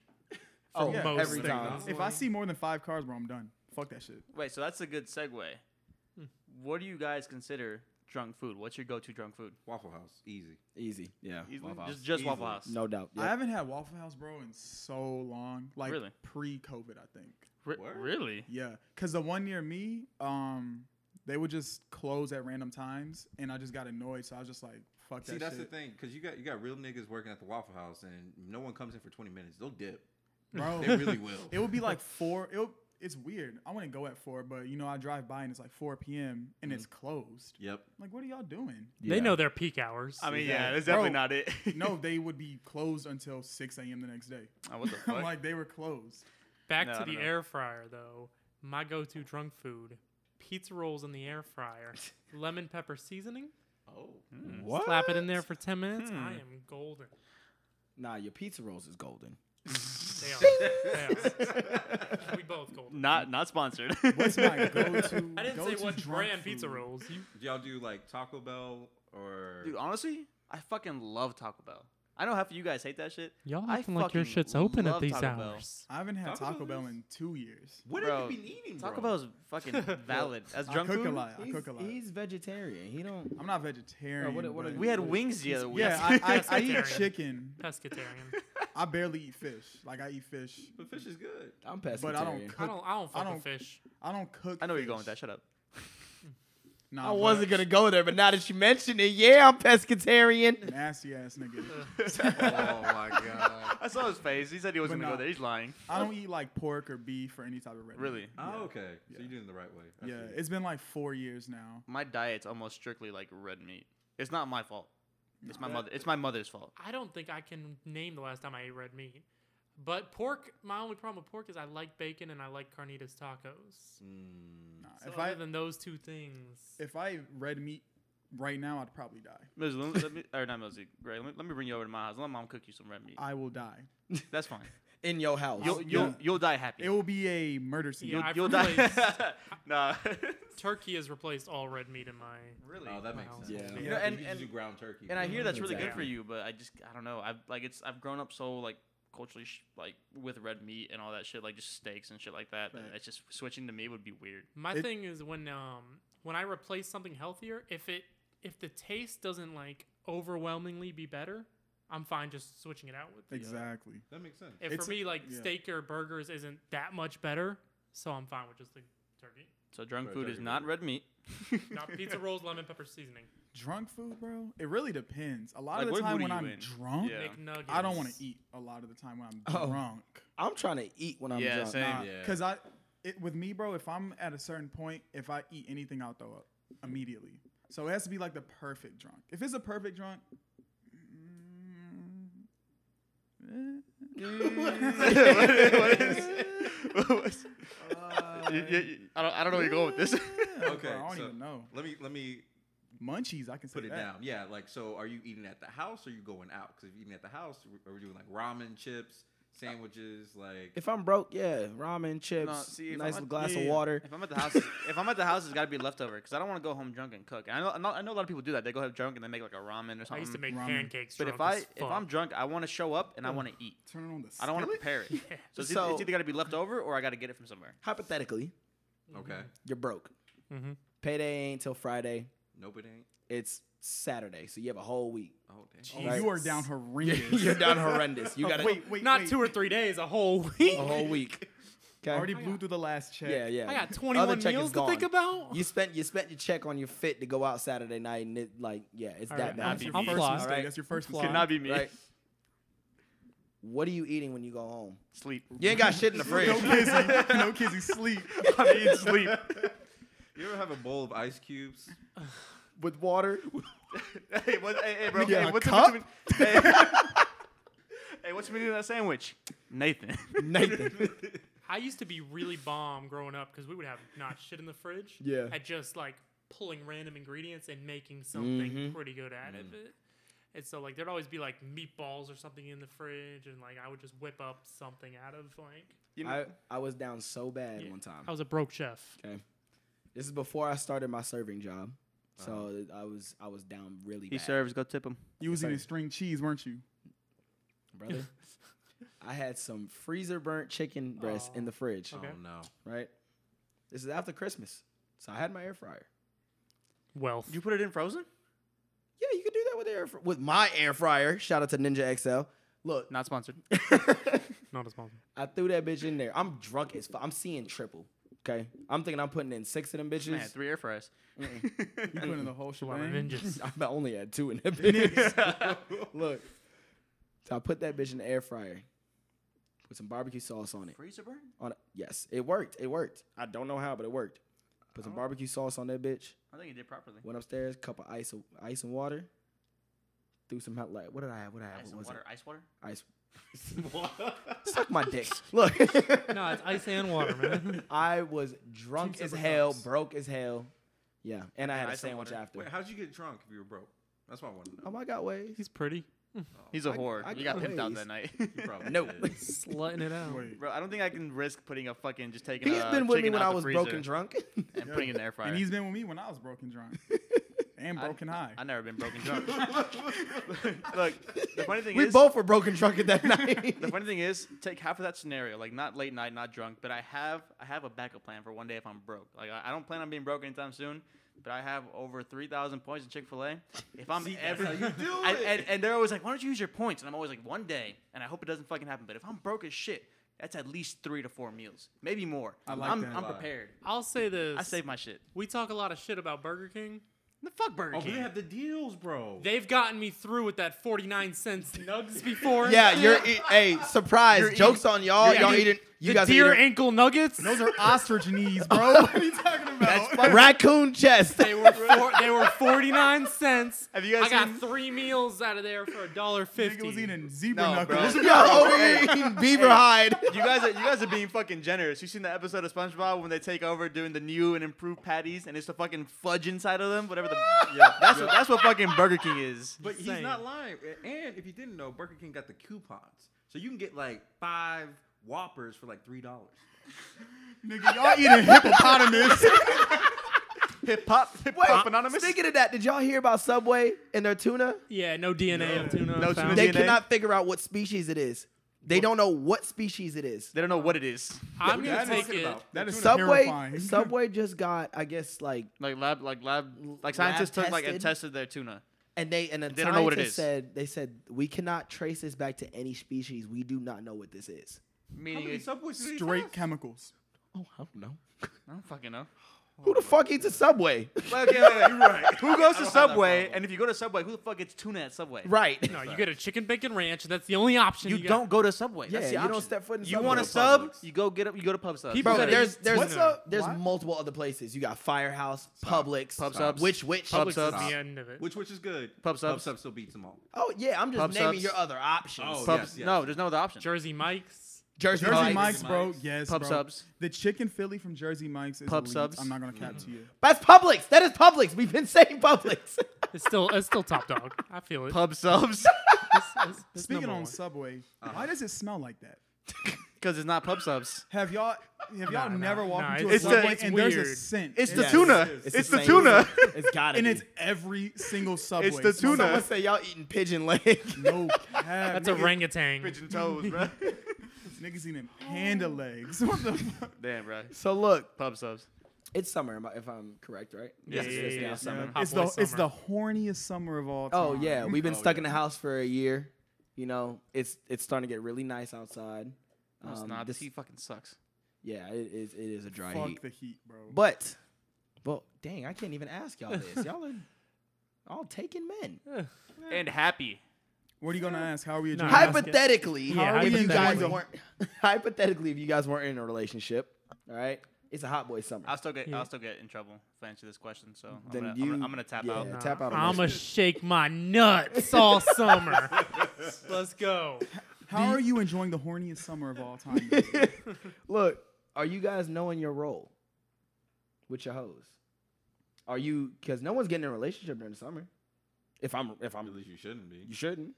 [SPEAKER 3] Oh,
[SPEAKER 6] yeah,
[SPEAKER 5] most
[SPEAKER 3] every
[SPEAKER 5] things.
[SPEAKER 3] time.
[SPEAKER 6] If I see more than five cars, bro, I'm done. Fuck that shit.
[SPEAKER 4] Wait, so that's a good segue. Hmm. What do you guys consider drunk food? What's your go-to drunk food?
[SPEAKER 7] Waffle House, easy.
[SPEAKER 3] Easy. Yeah.
[SPEAKER 4] Easily?
[SPEAKER 7] Waffle
[SPEAKER 4] Just
[SPEAKER 7] House.
[SPEAKER 4] just Waffle
[SPEAKER 7] Easily.
[SPEAKER 4] House.
[SPEAKER 3] No doubt.
[SPEAKER 6] I
[SPEAKER 3] Yeah.
[SPEAKER 6] haven't had Waffle House, bro, in so long. Like
[SPEAKER 4] Really?
[SPEAKER 6] pre-COVID, I think.
[SPEAKER 4] Re-
[SPEAKER 7] Word?
[SPEAKER 4] really?
[SPEAKER 6] Yeah, cause the one near me, um, they would just close at random times, and I just got annoyed, so I was just like, "Fuck that
[SPEAKER 7] See, that's
[SPEAKER 6] shit,
[SPEAKER 7] the thing, because you got you got real niggas working at the Waffle House, and no one comes in for 20 minutes. They'll dip.
[SPEAKER 6] bro."
[SPEAKER 7] They really will.
[SPEAKER 6] it would be like four. It would, it's weird. I wouldn't go at four, but you know, I drive by and it's like four p.m. and it's closed.
[SPEAKER 7] Yep.
[SPEAKER 6] I'm like, what are y'all doing?
[SPEAKER 5] They know their peak hours.
[SPEAKER 4] I mean, yeah,
[SPEAKER 6] Exactly.
[SPEAKER 4] that's definitely
[SPEAKER 6] Bro.
[SPEAKER 4] not it.
[SPEAKER 6] no, they would be closed until six a.m. the next day.
[SPEAKER 4] Oh, what the
[SPEAKER 6] I'm
[SPEAKER 4] fuck?
[SPEAKER 6] like, they were closed.
[SPEAKER 5] Back
[SPEAKER 4] No,
[SPEAKER 5] to
[SPEAKER 4] no,
[SPEAKER 5] the
[SPEAKER 4] no.
[SPEAKER 5] air fryer though. My go-to drunk food: pizza rolls in the air fryer, lemon pepper seasoning.
[SPEAKER 7] Oh.
[SPEAKER 4] Hmm.
[SPEAKER 3] What?
[SPEAKER 5] Slap it in there for ten minutes. I am golden.
[SPEAKER 3] Nah, your pizza rolls is golden.
[SPEAKER 5] They are. they are. We both golden.
[SPEAKER 4] not not sponsored.
[SPEAKER 6] What's my go-to?
[SPEAKER 5] I didn't
[SPEAKER 6] go-to
[SPEAKER 5] say what
[SPEAKER 6] drunk
[SPEAKER 5] brand pizza
[SPEAKER 6] food?
[SPEAKER 5] rolls. You,
[SPEAKER 7] Do y'all do like Taco Bell or?
[SPEAKER 4] Dude, honestly, I fucking love Taco Bell. I know half of you guys hate that shit.
[SPEAKER 5] y'all
[SPEAKER 4] I
[SPEAKER 5] acting like your
[SPEAKER 4] fucking
[SPEAKER 5] shit's open at
[SPEAKER 4] love
[SPEAKER 5] these
[SPEAKER 4] Taco Bell.
[SPEAKER 5] hours.
[SPEAKER 6] I haven't had
[SPEAKER 7] Taco
[SPEAKER 6] Taco
[SPEAKER 7] Bell
[SPEAKER 6] Bell
[SPEAKER 7] is-
[SPEAKER 6] in two years.
[SPEAKER 7] what
[SPEAKER 4] Bro,
[SPEAKER 7] have you been eating?
[SPEAKER 4] Taco
[SPEAKER 7] bro?
[SPEAKER 4] Bell is fucking valid. As
[SPEAKER 6] I
[SPEAKER 4] drunk
[SPEAKER 6] cook a
[SPEAKER 4] food,
[SPEAKER 6] lot. I cook a lot.
[SPEAKER 3] He's vegetarian. He don't.
[SPEAKER 6] I'm not vegetarian.
[SPEAKER 3] Bro, what- what
[SPEAKER 6] but-
[SPEAKER 3] are-
[SPEAKER 4] we had
[SPEAKER 3] He's-
[SPEAKER 4] wings the other week.
[SPEAKER 6] yeah, I, I, I
[SPEAKER 5] Pescatarian.
[SPEAKER 6] eat chicken.
[SPEAKER 5] Pescatarian.
[SPEAKER 6] I barely eat fish. Like I eat fish,
[SPEAKER 7] But fish is good.
[SPEAKER 3] I'm pescatarian.
[SPEAKER 6] but I don't.
[SPEAKER 5] I
[SPEAKER 6] Cook,
[SPEAKER 5] don't. I don't fuck
[SPEAKER 6] don't-
[SPEAKER 5] with fish.
[SPEAKER 6] I don't cook.
[SPEAKER 4] I know where you're going with
[SPEAKER 6] fish.
[SPEAKER 4] that. Shut up.
[SPEAKER 6] Nah,
[SPEAKER 3] I wasn't
[SPEAKER 6] but-
[SPEAKER 3] gonna go there, but now that you mentioned it, yeah, I'm pescatarian.
[SPEAKER 6] nasty ass nigga.
[SPEAKER 7] oh my god.
[SPEAKER 4] I saw his face. He said he wasn't
[SPEAKER 6] But
[SPEAKER 4] gonna go
[SPEAKER 6] nah.
[SPEAKER 4] there. He's lying.
[SPEAKER 6] I don't eat like pork or beef or any type of red. meat.
[SPEAKER 4] Really?
[SPEAKER 7] Oh okay. So you're doing it the right way. I
[SPEAKER 6] Yeah,
[SPEAKER 7] see.
[SPEAKER 6] it's been like four years now.
[SPEAKER 4] My diet's almost strictly like red meat. It's not my fault. It's my
[SPEAKER 6] Nah.
[SPEAKER 4] mother. It's my mother's fault.
[SPEAKER 5] I don't think I can name the last time I ate red meat. But pork. My only problem with pork is I like bacon and I like carnitas tacos.
[SPEAKER 7] Mm.
[SPEAKER 6] Nah,
[SPEAKER 5] So
[SPEAKER 6] if
[SPEAKER 5] other
[SPEAKER 6] I
[SPEAKER 5] than those two things,
[SPEAKER 6] if I ate red meat right now, I'd probably die.
[SPEAKER 4] Miz, let let me, or not Mizzy, Gray, let me, let me bring you over to my house. Let my mom cook you some red meat.
[SPEAKER 6] I will die.
[SPEAKER 4] That's fine.
[SPEAKER 3] In your house.
[SPEAKER 4] You'll
[SPEAKER 6] yeah.
[SPEAKER 4] you'll, you'll die happy.
[SPEAKER 6] It will be a murder scene.
[SPEAKER 5] Yeah, I-
[SPEAKER 4] you'll die.
[SPEAKER 5] replaced-
[SPEAKER 4] nah.
[SPEAKER 5] turkey has replaced all red meat in my.
[SPEAKER 4] really?
[SPEAKER 7] Oh, that makes
[SPEAKER 5] Wow.
[SPEAKER 7] sense.
[SPEAKER 3] Yeah.
[SPEAKER 7] You
[SPEAKER 6] Yeah,
[SPEAKER 7] know,
[SPEAKER 4] 'cause
[SPEAKER 7] and,
[SPEAKER 4] you
[SPEAKER 7] and,
[SPEAKER 4] do
[SPEAKER 7] do ground turkey.
[SPEAKER 4] And I hear that's really good for
[SPEAKER 3] Exactly.
[SPEAKER 4] you, but I just I don't know. I've like it's I've grown up so like culturally sh- like with red meat and all that shit, like just steaks and shit like that. that
[SPEAKER 6] Right.
[SPEAKER 4] It's just switching to me would be weird.
[SPEAKER 5] My
[SPEAKER 6] It-
[SPEAKER 5] thing is when um when I replace something healthier, if it if the taste doesn't like overwhelmingly be better, I'm fine just switching it out with. the-
[SPEAKER 6] Exactly.
[SPEAKER 7] That makes sense.
[SPEAKER 5] If
[SPEAKER 6] It's-
[SPEAKER 5] for me like
[SPEAKER 6] yeah.
[SPEAKER 5] steak or burgers isn't that much better, so I'm fine with just the turkey.
[SPEAKER 4] So drunk
[SPEAKER 7] Right,
[SPEAKER 4] food is
[SPEAKER 7] turkey
[SPEAKER 4] not
[SPEAKER 7] burger.
[SPEAKER 4] red meat.
[SPEAKER 5] Not pizza rolls, lemon pepper seasoning,
[SPEAKER 6] Drunk food, bro. It really depends. A lot
[SPEAKER 4] Like,
[SPEAKER 6] of
[SPEAKER 4] what
[SPEAKER 6] the time
[SPEAKER 4] mood
[SPEAKER 6] when
[SPEAKER 4] are
[SPEAKER 6] I'm
[SPEAKER 4] you in?
[SPEAKER 6] drunk,
[SPEAKER 4] Yeah.
[SPEAKER 5] McNuggets.
[SPEAKER 6] I don't want to eat. A lot of the time when I'm
[SPEAKER 3] Oh.
[SPEAKER 6] drunk,
[SPEAKER 3] I'm trying to eat when I'm
[SPEAKER 4] Yeah,
[SPEAKER 3] drunk.
[SPEAKER 4] same.
[SPEAKER 3] Nah,
[SPEAKER 6] Nah,
[SPEAKER 7] Yeah.
[SPEAKER 6] cause I it, with me, bro. If I'm at a certain point, if I eat anything, I'll throw up immediately. So it has to be like the perfect drunk. If it's a perfect drunk. mm, eh.
[SPEAKER 4] What is- what is- You- you- you- I don't I don't know where you're going with this.
[SPEAKER 7] Okay,
[SPEAKER 6] Bro, I don't
[SPEAKER 7] so
[SPEAKER 6] even know.
[SPEAKER 7] let me let me
[SPEAKER 6] Munchies, I can say
[SPEAKER 7] put it
[SPEAKER 6] that.
[SPEAKER 7] down. Yeah, like so, are you eating at the house or you going out? Because if you're eating at the house, are we doing like ramen, chips, sandwiches, like?
[SPEAKER 3] If I'm broke, yeah, ramen, chips,
[SPEAKER 4] No, see, if
[SPEAKER 3] nice
[SPEAKER 4] I'm-
[SPEAKER 3] glass
[SPEAKER 6] yeah,
[SPEAKER 3] of
[SPEAKER 6] yeah.
[SPEAKER 3] water.
[SPEAKER 4] If I'm at the house, if I'm at the house, it's got to be leftover because I don't want to go home drunk and cook. And I know, I know I know a lot of people do that. They go have drunk and they make like a ramen or something.
[SPEAKER 5] I used to make
[SPEAKER 6] Ramen.
[SPEAKER 5] pancakes.
[SPEAKER 4] but if
[SPEAKER 5] drunk
[SPEAKER 4] I
[SPEAKER 5] as
[SPEAKER 4] if I'm
[SPEAKER 5] fuck. Oh.
[SPEAKER 4] drunk, I want to show up and I want to eat.
[SPEAKER 6] Turn it on the.
[SPEAKER 4] I don't want to
[SPEAKER 6] skillet?
[SPEAKER 4] prepare it. So it's,
[SPEAKER 3] So-
[SPEAKER 4] it's either got to be left over or I got to get it from somewhere.
[SPEAKER 3] Hypothetically,
[SPEAKER 7] okay,
[SPEAKER 3] you're broke.
[SPEAKER 5] Mhm.
[SPEAKER 3] Payday ain't till Friday.
[SPEAKER 7] nope, it ain't.
[SPEAKER 3] It's Saturday, so you have a whole week.
[SPEAKER 7] Oh damn.
[SPEAKER 6] Oh,
[SPEAKER 3] Right.
[SPEAKER 6] You are down horrendous.
[SPEAKER 4] Oh,
[SPEAKER 3] You're down horrendous. You
[SPEAKER 6] Oh,
[SPEAKER 3] got to
[SPEAKER 6] wait, wait,
[SPEAKER 5] not
[SPEAKER 6] wait.
[SPEAKER 5] two or three days, a whole week.
[SPEAKER 3] a whole week.
[SPEAKER 6] I
[SPEAKER 3] Okay.
[SPEAKER 6] already blew through the last check.
[SPEAKER 3] yeah, yeah.
[SPEAKER 5] I got
[SPEAKER 3] Other
[SPEAKER 5] 21
[SPEAKER 3] check is
[SPEAKER 5] meals to think
[SPEAKER 3] gone.
[SPEAKER 5] about.
[SPEAKER 3] You spent you spent your check on your fit to go out Saturday night, and it like yeah, it's
[SPEAKER 5] All
[SPEAKER 3] that
[SPEAKER 5] right,
[SPEAKER 3] bad.
[SPEAKER 5] I'm-
[SPEAKER 6] That's your
[SPEAKER 5] I'm
[SPEAKER 6] first
[SPEAKER 5] fly.
[SPEAKER 6] mistake.
[SPEAKER 3] Alright.
[SPEAKER 6] That's your first
[SPEAKER 5] fly.
[SPEAKER 6] mistake.
[SPEAKER 5] Cannot
[SPEAKER 4] be me.
[SPEAKER 3] Right. What are you eating when you go home?
[SPEAKER 4] Sleep.
[SPEAKER 3] You ain't got shit in the fridge.
[SPEAKER 6] No kizzy, no kizzy sleep.
[SPEAKER 4] I mean sleep.
[SPEAKER 7] You ever have a bowl of ice cubes?
[SPEAKER 3] With water,
[SPEAKER 4] hey, what, hey, hey, bro.
[SPEAKER 6] Yeah,
[SPEAKER 4] hey,
[SPEAKER 6] a
[SPEAKER 4] what's
[SPEAKER 6] cup?
[SPEAKER 4] in between? Hey, hey, what's in between that sandwich? Nathan.
[SPEAKER 3] Nathan.
[SPEAKER 5] I used to be really bomb growing up because we would have not shit in the fridge.
[SPEAKER 3] Yeah.
[SPEAKER 5] At just like pulling random ingredients and making something
[SPEAKER 3] Mm-hmm.
[SPEAKER 5] pretty good at
[SPEAKER 3] Mm.
[SPEAKER 5] it. And so like there'd always be like meatballs or something in the fridge, and like I would just whip up something out of like.
[SPEAKER 4] You know,
[SPEAKER 3] I, I was down so bad one time.
[SPEAKER 5] I was a broke chef.
[SPEAKER 3] Okay. This is before I started my serving job. So I was I was down really
[SPEAKER 4] he
[SPEAKER 3] bad.
[SPEAKER 4] serves. Go tip him.
[SPEAKER 6] You was eating string cheese, weren't you?
[SPEAKER 3] brother. I had some freezer burnt chicken breast in the fridge,
[SPEAKER 5] Okay.
[SPEAKER 7] Oh no.
[SPEAKER 3] right? This is after Christmas. So I had my air fryer.
[SPEAKER 5] Wealth.
[SPEAKER 4] You put it in frozen?
[SPEAKER 3] Yeah, you could do that with air fr- with my air fryer. Shout out to Ninja XL. Look,
[SPEAKER 4] Not sponsored.
[SPEAKER 5] not a sponsor.
[SPEAKER 3] I threw that bitch in there. I'm drunk as fuck. I'm seeing triple. Okay. I'm thinking I'm putting in six of them bitches.
[SPEAKER 4] Man, three air fries.
[SPEAKER 6] You put in the whole
[SPEAKER 5] Well, I'm
[SPEAKER 6] shebang.
[SPEAKER 3] I only had two in that bitch. Look, so I put that bitch in the air fryer. with some barbecue sauce on it.
[SPEAKER 4] Freezer burn?
[SPEAKER 3] On it. yes, it worked. It worked. I don't know how, but it worked. Put some
[SPEAKER 4] Oh.
[SPEAKER 3] barbecue sauce on that bitch.
[SPEAKER 4] I think he did properly.
[SPEAKER 3] Went upstairs, cup of ice, ice and water. Threw some hot like what did I have? What did I have?
[SPEAKER 4] Ice
[SPEAKER 3] what
[SPEAKER 4] and
[SPEAKER 3] was
[SPEAKER 4] water. Ice water.
[SPEAKER 3] it? Ice.
[SPEAKER 7] Water.
[SPEAKER 3] Suck my dick. Look,
[SPEAKER 5] no, it's ice and water, man.
[SPEAKER 3] I was drunk
[SPEAKER 6] Two
[SPEAKER 3] as
[SPEAKER 6] separate
[SPEAKER 3] hell,
[SPEAKER 6] cups.
[SPEAKER 3] broke as hell. Yeah, and I had a
[SPEAKER 4] Ice and
[SPEAKER 3] sandwich
[SPEAKER 4] water.
[SPEAKER 3] after.
[SPEAKER 7] Wait, how'd you get drunk if you were broke? That's what I want to
[SPEAKER 3] Oh
[SPEAKER 7] know.
[SPEAKER 3] my god, wait.
[SPEAKER 5] He's pretty,
[SPEAKER 4] He's a
[SPEAKER 3] I-
[SPEAKER 4] whore.
[SPEAKER 3] I
[SPEAKER 4] you got
[SPEAKER 3] got
[SPEAKER 4] pimped out
[SPEAKER 3] ways.
[SPEAKER 4] that night.
[SPEAKER 7] You probably
[SPEAKER 3] No.
[SPEAKER 7] did.
[SPEAKER 5] slutting it out.
[SPEAKER 6] Wait.
[SPEAKER 4] Bro, I don't think I can risk putting a fucking just taking.
[SPEAKER 3] He's
[SPEAKER 4] a
[SPEAKER 3] been with me
[SPEAKER 4] uh, chicken
[SPEAKER 3] when
[SPEAKER 4] out
[SPEAKER 3] I
[SPEAKER 4] the
[SPEAKER 3] was
[SPEAKER 4] freezer
[SPEAKER 3] broke and drunk.
[SPEAKER 4] and putting it in the air fryer.
[SPEAKER 6] And he's been with me when I was broken drunk and broken high.
[SPEAKER 4] I never been broken drunk. Look, the funny thing
[SPEAKER 3] we
[SPEAKER 4] is,
[SPEAKER 3] both were broken drunk at that night.
[SPEAKER 4] the funny thing is, take half of that scenario, like not late night, not drunk, but I have I have a backup plan for one day if I'm broke. Like I, I don't plan on being broke anytime soon, but I have over three thousand points in Chick Fil A. If I'm
[SPEAKER 7] See, that's
[SPEAKER 4] ever
[SPEAKER 7] how you do
[SPEAKER 4] I-
[SPEAKER 7] it.
[SPEAKER 4] and, and they're always like, why don't you use your points? And I'm always like, one day, and I hope it doesn't fucking happen. But if I'm broke as shit, that's at least three to four meals, maybe more. I
[SPEAKER 6] like
[SPEAKER 4] am
[SPEAKER 6] that.
[SPEAKER 4] I'm
[SPEAKER 7] Wow.
[SPEAKER 4] prepared.
[SPEAKER 5] I'll say this.
[SPEAKER 4] I save my shit.
[SPEAKER 5] we talk a lot of shit about Burger King.
[SPEAKER 4] The fuck Burger
[SPEAKER 7] Oh,
[SPEAKER 4] King.
[SPEAKER 7] we have the deals,
[SPEAKER 3] Oh.
[SPEAKER 7] bro.
[SPEAKER 5] They've gotten me through with that 49 cents nugs before.
[SPEAKER 3] yeah, you're. E- hey, surprise!
[SPEAKER 4] You're
[SPEAKER 3] Jokes on y'all.
[SPEAKER 5] you're
[SPEAKER 3] y'all
[SPEAKER 5] eating-
[SPEAKER 3] eating. You
[SPEAKER 5] the
[SPEAKER 3] guys are
[SPEAKER 5] deer
[SPEAKER 3] eating
[SPEAKER 5] ankle nuggets.
[SPEAKER 6] Those are ostrich knees, bro. what are you talking about?
[SPEAKER 3] raccoon chest.
[SPEAKER 5] They were four, they were 49 cents.
[SPEAKER 4] Have you guys
[SPEAKER 5] I got
[SPEAKER 4] seen-
[SPEAKER 5] three meals out of there for a dollar fifty.
[SPEAKER 6] Nigga was eating zebra
[SPEAKER 4] No, bro.
[SPEAKER 6] knuckles.
[SPEAKER 3] Y'all over here eating beaver hide.
[SPEAKER 4] You guys, are, you guys are being fucking generous. You seen the episode of SpongeBob when they take over doing the new and improved patties, and it's the fucking fudge inside of them, whatever the. yeah, that's what that's what fucking Burger King is.
[SPEAKER 7] But he's
[SPEAKER 5] Insane.
[SPEAKER 7] not lying. A- And if you didn't know, Burger King got the coupons, so you can get like five Whoppers for like three dollars.
[SPEAKER 6] Nigga, y'all eating hippopotamus.
[SPEAKER 4] Hip hop, hip
[SPEAKER 3] Wait,
[SPEAKER 4] hop anonymous.
[SPEAKER 3] Speaking of that, did y'all hear about Subway and their tuna?
[SPEAKER 5] Yeah, no DNA of tuna.
[SPEAKER 4] No
[SPEAKER 5] found.
[SPEAKER 4] tuna
[SPEAKER 3] They
[SPEAKER 4] DNA?
[SPEAKER 3] cannot figure out what species it is. They don't know what species it is.
[SPEAKER 4] They don't know what it is.
[SPEAKER 5] I'm gonna
[SPEAKER 7] That's
[SPEAKER 5] take
[SPEAKER 7] talking
[SPEAKER 5] it.
[SPEAKER 7] about.
[SPEAKER 6] That is
[SPEAKER 3] Subway,
[SPEAKER 6] terrifying.
[SPEAKER 3] Subway just got, I guess, like,
[SPEAKER 4] Like lab, like lab, like
[SPEAKER 3] Lab
[SPEAKER 4] scientists took like and
[SPEAKER 3] tested?
[SPEAKER 4] tested their tuna.
[SPEAKER 3] and they and the
[SPEAKER 4] They don't know what it
[SPEAKER 3] scientists
[SPEAKER 4] is.
[SPEAKER 3] said they said we cannot trace this back to any species. We do not know what this is.
[SPEAKER 7] How
[SPEAKER 4] Meaning,
[SPEAKER 7] many
[SPEAKER 4] it,
[SPEAKER 7] Subways did they
[SPEAKER 6] Straight
[SPEAKER 7] test?
[SPEAKER 6] chemicals.
[SPEAKER 3] Oh, I don't know.
[SPEAKER 4] I don't fucking know.
[SPEAKER 3] Who the fuck eats a Subway?
[SPEAKER 4] okay, wait, wait.
[SPEAKER 7] You're right.
[SPEAKER 4] Who goes to
[SPEAKER 7] I don't have that
[SPEAKER 4] Subway?
[SPEAKER 7] problem.
[SPEAKER 4] And if you go to Subway, who the fuck gets tuna at Subway?
[SPEAKER 3] right.
[SPEAKER 5] No, you get a chicken bacon ranch, and that's the only option.
[SPEAKER 4] You,
[SPEAKER 5] You, got.
[SPEAKER 4] don't go to Subway.
[SPEAKER 3] Yeah,
[SPEAKER 4] that's
[SPEAKER 3] you
[SPEAKER 4] the
[SPEAKER 3] don't
[SPEAKER 4] option.
[SPEAKER 3] step foot in.
[SPEAKER 4] You
[SPEAKER 3] Subway.
[SPEAKER 4] want a
[SPEAKER 7] Go to
[SPEAKER 4] sub?
[SPEAKER 7] Publix.
[SPEAKER 4] You go get up. You go to Pub Sub.
[SPEAKER 5] People
[SPEAKER 3] Bro,
[SPEAKER 5] that
[SPEAKER 3] there's
[SPEAKER 5] eat
[SPEAKER 3] there's
[SPEAKER 5] What's up?
[SPEAKER 3] there's
[SPEAKER 6] What?
[SPEAKER 3] multiple other places. You got Firehouse,
[SPEAKER 7] Stop.
[SPEAKER 3] Publix,
[SPEAKER 4] Pub
[SPEAKER 7] Subs.
[SPEAKER 3] which which
[SPEAKER 4] Pub
[SPEAKER 5] Publix is
[SPEAKER 4] subs.
[SPEAKER 5] the end of it.
[SPEAKER 7] Which which is good.
[SPEAKER 4] Pub subs.
[SPEAKER 7] Pub subs still beats them all.
[SPEAKER 3] Oh yeah, I'm just
[SPEAKER 4] Pub
[SPEAKER 3] naming
[SPEAKER 4] Subs.
[SPEAKER 3] your other options.
[SPEAKER 7] Oh,
[SPEAKER 4] Pub-
[SPEAKER 7] yes, yes.
[SPEAKER 4] No, there's no other option.
[SPEAKER 5] Jersey Mike's.
[SPEAKER 3] Jersey,
[SPEAKER 6] Jersey
[SPEAKER 4] Mike's.
[SPEAKER 6] Mike's, bro.
[SPEAKER 7] Mike's.
[SPEAKER 6] Yes,
[SPEAKER 4] Pub
[SPEAKER 6] bro.
[SPEAKER 4] subs.
[SPEAKER 6] The chicken Philly from Jersey Mike's is
[SPEAKER 4] Pub
[SPEAKER 6] elite.
[SPEAKER 4] subs.
[SPEAKER 6] I'm not gonna cap to you.
[SPEAKER 3] That's Publix. That is Publix. We've been saying Publix.
[SPEAKER 5] It's still it's still top dog. I feel it.
[SPEAKER 4] Pub subs.
[SPEAKER 5] It's- it's- it's
[SPEAKER 6] Speaking
[SPEAKER 5] number
[SPEAKER 6] on
[SPEAKER 5] one. Uh-huh.
[SPEAKER 6] Subway, why does it smell like that?
[SPEAKER 4] Because it's not pub subs.
[SPEAKER 6] Have y'all have y'all
[SPEAKER 5] nah,
[SPEAKER 6] never walked
[SPEAKER 5] nah,
[SPEAKER 6] into a
[SPEAKER 5] it's-
[SPEAKER 6] Subway
[SPEAKER 4] it's
[SPEAKER 6] and there's a
[SPEAKER 5] weird.
[SPEAKER 6] scent?
[SPEAKER 4] It's
[SPEAKER 6] It
[SPEAKER 4] the
[SPEAKER 6] is.
[SPEAKER 4] tuna.
[SPEAKER 7] it is.
[SPEAKER 4] It's,
[SPEAKER 7] It's
[SPEAKER 4] the
[SPEAKER 3] same.
[SPEAKER 4] tuna.
[SPEAKER 3] it's gotta
[SPEAKER 6] and
[SPEAKER 3] be.
[SPEAKER 6] it's every single Subway.
[SPEAKER 4] It's the
[SPEAKER 6] smells
[SPEAKER 4] tuna.
[SPEAKER 6] like
[SPEAKER 3] Someone say y'all eating pigeon leg.
[SPEAKER 6] No cap.
[SPEAKER 5] That's
[SPEAKER 6] niggas,
[SPEAKER 5] orangutan.
[SPEAKER 4] Pigeon toes, bro.
[SPEAKER 6] niggas eating panda legs. What the fuck?
[SPEAKER 4] Damn, bro.
[SPEAKER 3] so look,
[SPEAKER 4] Pub subs.
[SPEAKER 3] it's summer am I- if I'm correct, right?
[SPEAKER 5] Yeah,
[SPEAKER 3] Yes,
[SPEAKER 5] yeah,
[SPEAKER 3] it's
[SPEAKER 5] yeah,
[SPEAKER 3] now
[SPEAKER 5] yeah.
[SPEAKER 3] summer.
[SPEAKER 5] Hot
[SPEAKER 6] it's
[SPEAKER 5] boy
[SPEAKER 6] the it's
[SPEAKER 5] summer.
[SPEAKER 6] the horniest summer of all time.
[SPEAKER 3] Oh yeah, we've been
[SPEAKER 7] Oh,
[SPEAKER 3] stuck
[SPEAKER 7] yeah.
[SPEAKER 3] in the house for a year. You know, it's it's starting to get really nice outside.
[SPEAKER 4] No, it's
[SPEAKER 3] Um,
[SPEAKER 4] not. This
[SPEAKER 3] this-
[SPEAKER 4] heat fucking sucks.
[SPEAKER 3] yeah, it is it is a dry
[SPEAKER 6] Fuck
[SPEAKER 3] heat.
[SPEAKER 6] the heat, bro.
[SPEAKER 3] But, well, dang, I can't even ask y'all this. y'all are all taking men.
[SPEAKER 4] And happy.
[SPEAKER 6] what are you gonna ask? How are we
[SPEAKER 5] Nah.
[SPEAKER 6] addressing?
[SPEAKER 3] Hypothetically,
[SPEAKER 5] Yeah,
[SPEAKER 3] if you guys
[SPEAKER 6] hypothetically.
[SPEAKER 3] weren't, hypothetically, if you guys weren't in a relationship, all right, it's a hot boy summer.
[SPEAKER 4] I'll still get.
[SPEAKER 5] Yeah.
[SPEAKER 4] I'll still get in trouble if I answer this question. So I'm
[SPEAKER 3] Then
[SPEAKER 4] gonna,
[SPEAKER 3] you-
[SPEAKER 4] I'm, gonna, I'm gonna tap
[SPEAKER 3] yeah.
[SPEAKER 4] out.
[SPEAKER 3] Nah. Tap out on
[SPEAKER 5] I'ma
[SPEAKER 3] this.
[SPEAKER 5] shake my nuts all summer. Let's go.
[SPEAKER 6] How are you enjoying the horniest summer of all time? bro?
[SPEAKER 3] Look, are you guys knowing your role with your hoes? Are you? Because no one's getting in a relationship during the summer. If I'm, if
[SPEAKER 7] At
[SPEAKER 3] I'm,
[SPEAKER 7] least you shouldn't
[SPEAKER 3] you
[SPEAKER 7] be.
[SPEAKER 3] shouldn't.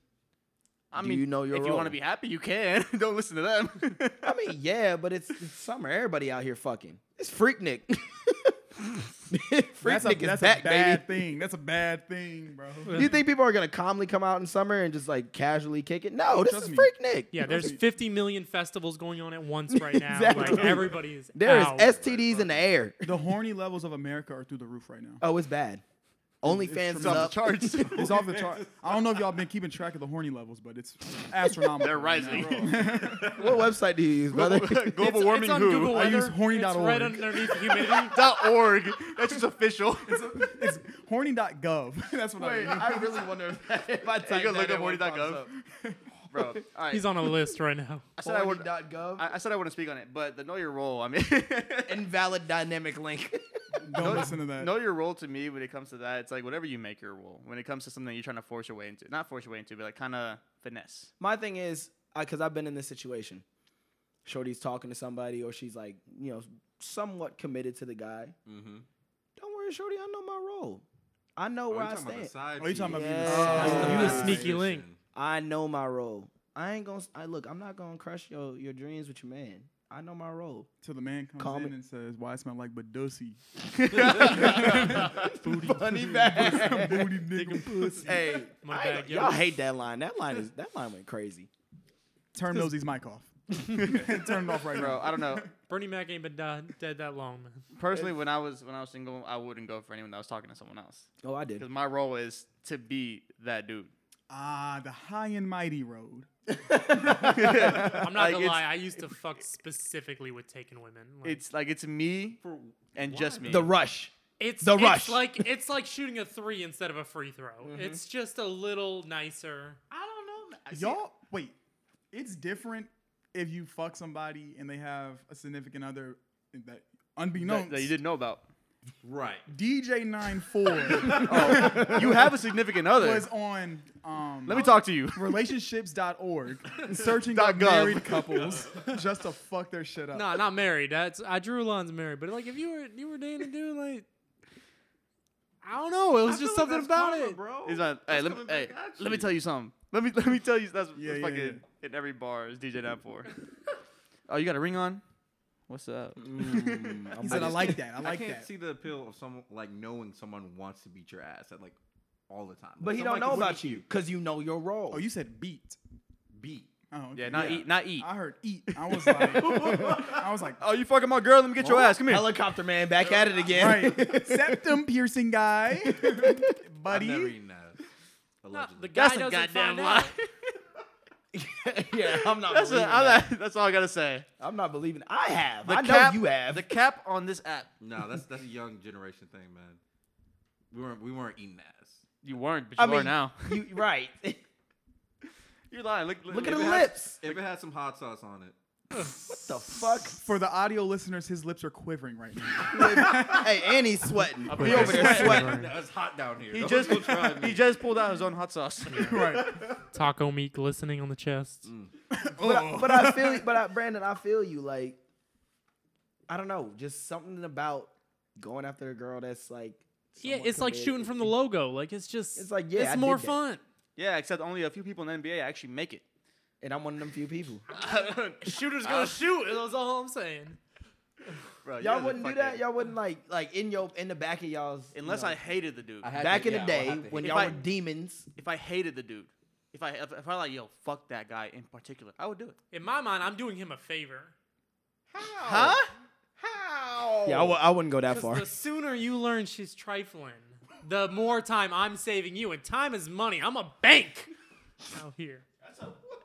[SPEAKER 4] I
[SPEAKER 3] Do
[SPEAKER 4] mean,
[SPEAKER 3] you know your
[SPEAKER 4] if you want to
[SPEAKER 3] role?
[SPEAKER 4] be happy, you can. Don't listen to them.
[SPEAKER 3] I mean, yeah, but it's, it's summer. Everybody out here fucking. It's Freaknik.
[SPEAKER 6] that's a,
[SPEAKER 3] Freaknik is
[SPEAKER 6] that's
[SPEAKER 3] back,
[SPEAKER 6] a
[SPEAKER 3] baby.
[SPEAKER 6] bad thing. That's a bad thing, bro.
[SPEAKER 3] Do you think people are gonna calmly come out in summer and just like casually kick it? No, this
[SPEAKER 6] trust
[SPEAKER 3] is
[SPEAKER 6] me.
[SPEAKER 3] Freaknik.
[SPEAKER 5] Yeah, there's 50 million festivals going on at once right now. Like
[SPEAKER 3] Exactly.
[SPEAKER 5] everybody is
[SPEAKER 3] There is
[SPEAKER 5] out.
[SPEAKER 3] STDs in the air.
[SPEAKER 6] The horny levels of America are through the roof right now.
[SPEAKER 3] Oh, it's bad. OnlyFans is
[SPEAKER 6] off the
[SPEAKER 3] up.
[SPEAKER 4] charts.
[SPEAKER 6] It's off the chart. I don't know if y'all been keeping track of the horny levels, but it's astronomical.
[SPEAKER 4] They're rising.
[SPEAKER 3] what website do you use, brother?
[SPEAKER 5] It's-
[SPEAKER 4] Global warming.
[SPEAKER 5] it's on
[SPEAKER 4] who?
[SPEAKER 5] Google
[SPEAKER 6] I use
[SPEAKER 5] Weather.
[SPEAKER 6] horny
[SPEAKER 5] It's
[SPEAKER 6] dot
[SPEAKER 5] right
[SPEAKER 6] org.
[SPEAKER 5] underneath humidity.
[SPEAKER 4] Dot org. That's just official.
[SPEAKER 6] It's horny.gov. That's what I mean.
[SPEAKER 4] really wonder if I
[SPEAKER 3] type
[SPEAKER 4] you gonna
[SPEAKER 3] that
[SPEAKER 4] look
[SPEAKER 3] in,
[SPEAKER 4] up
[SPEAKER 3] what
[SPEAKER 4] horny.gov.
[SPEAKER 3] pops
[SPEAKER 4] bro. All right.
[SPEAKER 5] He's on a list right now.
[SPEAKER 4] I said I would.
[SPEAKER 3] Horny.gov.
[SPEAKER 4] I, I said I wouldn't speak on it, but the know your role. I mean,
[SPEAKER 3] Invalid dynamic link.
[SPEAKER 6] Don't listen to that.
[SPEAKER 4] know your role to me when it comes to that. It's like whatever you make your role. When it comes to something you're trying to force your way into, not force your way into, but like kind of finesse.
[SPEAKER 3] My thing is, because I've been in this situation. Shorty's talking to somebody, or she's like, you know, somewhat committed to the guy.
[SPEAKER 7] Mm-hmm.
[SPEAKER 3] Don't worry, Shorty. I know my role. I know where I stand.
[SPEAKER 6] Oh, you talking about
[SPEAKER 3] Yeah.
[SPEAKER 6] being
[SPEAKER 5] You
[SPEAKER 6] a
[SPEAKER 5] a sneaky link.
[SPEAKER 3] I know my role. I ain't gonna. I look. I'm not gonna crush your your dreams with your man. I know my role.
[SPEAKER 6] Till the man comes
[SPEAKER 3] Call
[SPEAKER 6] in
[SPEAKER 3] me-
[SPEAKER 6] and says, "Why it smell like Badusi?
[SPEAKER 3] Funny bad.
[SPEAKER 6] Booty nigga pussy."
[SPEAKER 3] hey,
[SPEAKER 5] My
[SPEAKER 3] I
[SPEAKER 5] bad,
[SPEAKER 3] ain't-
[SPEAKER 5] yo.
[SPEAKER 3] y'all hate that line. That line is that line went crazy.
[SPEAKER 6] Turn Nosey's mic off. Turn it off right
[SPEAKER 4] Bro,
[SPEAKER 6] now.
[SPEAKER 4] I don't know.
[SPEAKER 5] Bernie Mac ain't been di- dead that long, man.
[SPEAKER 4] Personally, when I was when I was single, I wouldn't go for anyone that was talking to someone else
[SPEAKER 3] Oh, I
[SPEAKER 4] because
[SPEAKER 3] did.
[SPEAKER 4] my role is to be that dude.
[SPEAKER 6] Ah, the high and mighty road.
[SPEAKER 5] I'm not
[SPEAKER 4] Like,
[SPEAKER 5] gonna
[SPEAKER 4] it's-
[SPEAKER 5] lie. I used to fuck specifically with taken women. Like,
[SPEAKER 4] It's like it's me
[SPEAKER 7] For
[SPEAKER 4] and just me.
[SPEAKER 3] The rush.
[SPEAKER 5] it's
[SPEAKER 3] the
[SPEAKER 5] it's
[SPEAKER 3] rush. Mm-hmm.
[SPEAKER 5] Like it's like shooting a three instead of a free throw. It's just a little nicer.
[SPEAKER 7] I don't know. I see-
[SPEAKER 6] Y'all, wait. It's different if you fuck somebody and they have a significant other that unbeknownst.
[SPEAKER 4] that, that you didn't know about.
[SPEAKER 7] right.
[SPEAKER 6] DJ94
[SPEAKER 4] You have a significant other.
[SPEAKER 6] was on um,
[SPEAKER 4] Let me talk to you.
[SPEAKER 6] relationships.org searching
[SPEAKER 4] Dot
[SPEAKER 6] up
[SPEAKER 4] gov.
[SPEAKER 6] married couples just to fuck their shit up.
[SPEAKER 5] No, not married. That's I drew lines married, but like if you were you were dating a dude like I don't know, it was
[SPEAKER 7] I
[SPEAKER 5] just
[SPEAKER 7] feel like
[SPEAKER 5] something
[SPEAKER 7] that's
[SPEAKER 5] about
[SPEAKER 7] karma,
[SPEAKER 5] it.
[SPEAKER 7] bro.
[SPEAKER 4] He's not,
[SPEAKER 7] That's
[SPEAKER 4] hey, let me,
[SPEAKER 7] coming
[SPEAKER 4] hey,
[SPEAKER 7] back at
[SPEAKER 4] let me tell you something. Let me let me tell you that's,
[SPEAKER 6] Yeah,
[SPEAKER 4] that's
[SPEAKER 6] yeah,
[SPEAKER 4] fucking
[SPEAKER 6] yeah.
[SPEAKER 4] in every bar is DJ nine four. oh, you got a ring on? What's up?
[SPEAKER 6] He said, I like that. I
[SPEAKER 7] I
[SPEAKER 6] like
[SPEAKER 7] can't
[SPEAKER 6] that.
[SPEAKER 7] see the appeal of someone like knowing someone wants to beat your ass at like all the time.
[SPEAKER 3] But
[SPEAKER 7] Like,
[SPEAKER 3] he don't know
[SPEAKER 7] somebody can look
[SPEAKER 3] about
[SPEAKER 7] at
[SPEAKER 3] you because you know your role.
[SPEAKER 6] oh, you said beat.
[SPEAKER 7] Beat.
[SPEAKER 6] Oh, okay.
[SPEAKER 4] Yeah, not eat, not eat.
[SPEAKER 6] I heard eat. I was like, I was like,
[SPEAKER 4] oh, you fucking my girl? Let me get your ass. Come here.
[SPEAKER 3] Oh, helicopter man back at it again.
[SPEAKER 6] right, septum piercing guy,
[SPEAKER 7] I've never
[SPEAKER 6] buddy.
[SPEAKER 7] eaten that.
[SPEAKER 5] No, the
[SPEAKER 7] Allegedly.
[SPEAKER 5] guy
[SPEAKER 4] That's a
[SPEAKER 5] doesn't
[SPEAKER 4] goddamn
[SPEAKER 5] find
[SPEAKER 4] lie.
[SPEAKER 5] out.
[SPEAKER 3] yeah, I'm not.
[SPEAKER 4] That's,
[SPEAKER 3] believing
[SPEAKER 4] it. I'm
[SPEAKER 3] that.
[SPEAKER 4] not- that's all I gotta say.
[SPEAKER 3] I'm not believing. I have.
[SPEAKER 4] The
[SPEAKER 3] I
[SPEAKER 4] cap-
[SPEAKER 3] know you have.
[SPEAKER 4] The cap on this app.
[SPEAKER 7] no, that's that's a young generation thing, man. We weren't we weren't eating ass.
[SPEAKER 4] You weren't, but you
[SPEAKER 3] I
[SPEAKER 4] are
[SPEAKER 3] mean,
[SPEAKER 4] now.
[SPEAKER 3] you right.
[SPEAKER 4] You're lying. Look, look,
[SPEAKER 3] Look at
[SPEAKER 4] if
[SPEAKER 3] the
[SPEAKER 4] it has-
[SPEAKER 3] lips.
[SPEAKER 7] If it had some hot sauce on it,
[SPEAKER 3] What the fuck?
[SPEAKER 6] For the audio listeners, his lips are quivering right now.
[SPEAKER 3] hey, and he's sweating.
[SPEAKER 4] Up
[SPEAKER 3] He
[SPEAKER 4] here.
[SPEAKER 3] over there sweating.
[SPEAKER 7] no, it's hot down here.
[SPEAKER 4] He
[SPEAKER 7] Don't-
[SPEAKER 4] just
[SPEAKER 7] don't try
[SPEAKER 4] he
[SPEAKER 7] me.
[SPEAKER 4] just pulled out his own hot sauce.
[SPEAKER 6] right.
[SPEAKER 5] Taco meat glistening on the chest.
[SPEAKER 3] But I,
[SPEAKER 4] Oh.
[SPEAKER 3] but I feel. you- But I, Brandon, I feel you. Like, I don't know. Just something about going after a girl that's like.
[SPEAKER 5] Yeah,
[SPEAKER 3] somewhat
[SPEAKER 5] it's like
[SPEAKER 3] committed.
[SPEAKER 5] shooting from the logo. Like it's just
[SPEAKER 3] It's like, yeah,
[SPEAKER 5] it's
[SPEAKER 3] I
[SPEAKER 5] more
[SPEAKER 3] did that.
[SPEAKER 5] fun.
[SPEAKER 4] yeah, except only a few people in the NBA actually make it.
[SPEAKER 3] And I'm one of them few people.
[SPEAKER 4] Oh,
[SPEAKER 5] Shooters gonna
[SPEAKER 6] Uh,
[SPEAKER 5] shoot. That's all I'm saying.
[SPEAKER 4] Bro, you guys
[SPEAKER 3] Y'all
[SPEAKER 4] are
[SPEAKER 3] wouldn't do
[SPEAKER 4] fucking-
[SPEAKER 3] that. Y'all wouldn't like like in your in the back of y'all's. you
[SPEAKER 4] Unless
[SPEAKER 3] know,
[SPEAKER 4] I hated the dude.
[SPEAKER 7] I had
[SPEAKER 3] back
[SPEAKER 7] to-
[SPEAKER 3] in the
[SPEAKER 7] yeah, I
[SPEAKER 3] day
[SPEAKER 7] had to
[SPEAKER 3] when
[SPEAKER 7] hit-
[SPEAKER 4] If
[SPEAKER 3] y'all
[SPEAKER 4] I-
[SPEAKER 3] were demons.
[SPEAKER 4] if I hated the dude, if I if, if I like yo fuck that guy in particular, I would do it.
[SPEAKER 5] In my mind, I'm doing him a favor.
[SPEAKER 4] Huh?
[SPEAKER 3] Yeah, I w- I wouldn't go that
[SPEAKER 5] 'Cause
[SPEAKER 3] far.
[SPEAKER 5] the sooner you learn she's trifling, the more time I'm saving you, and time is money. I'm a bank out here.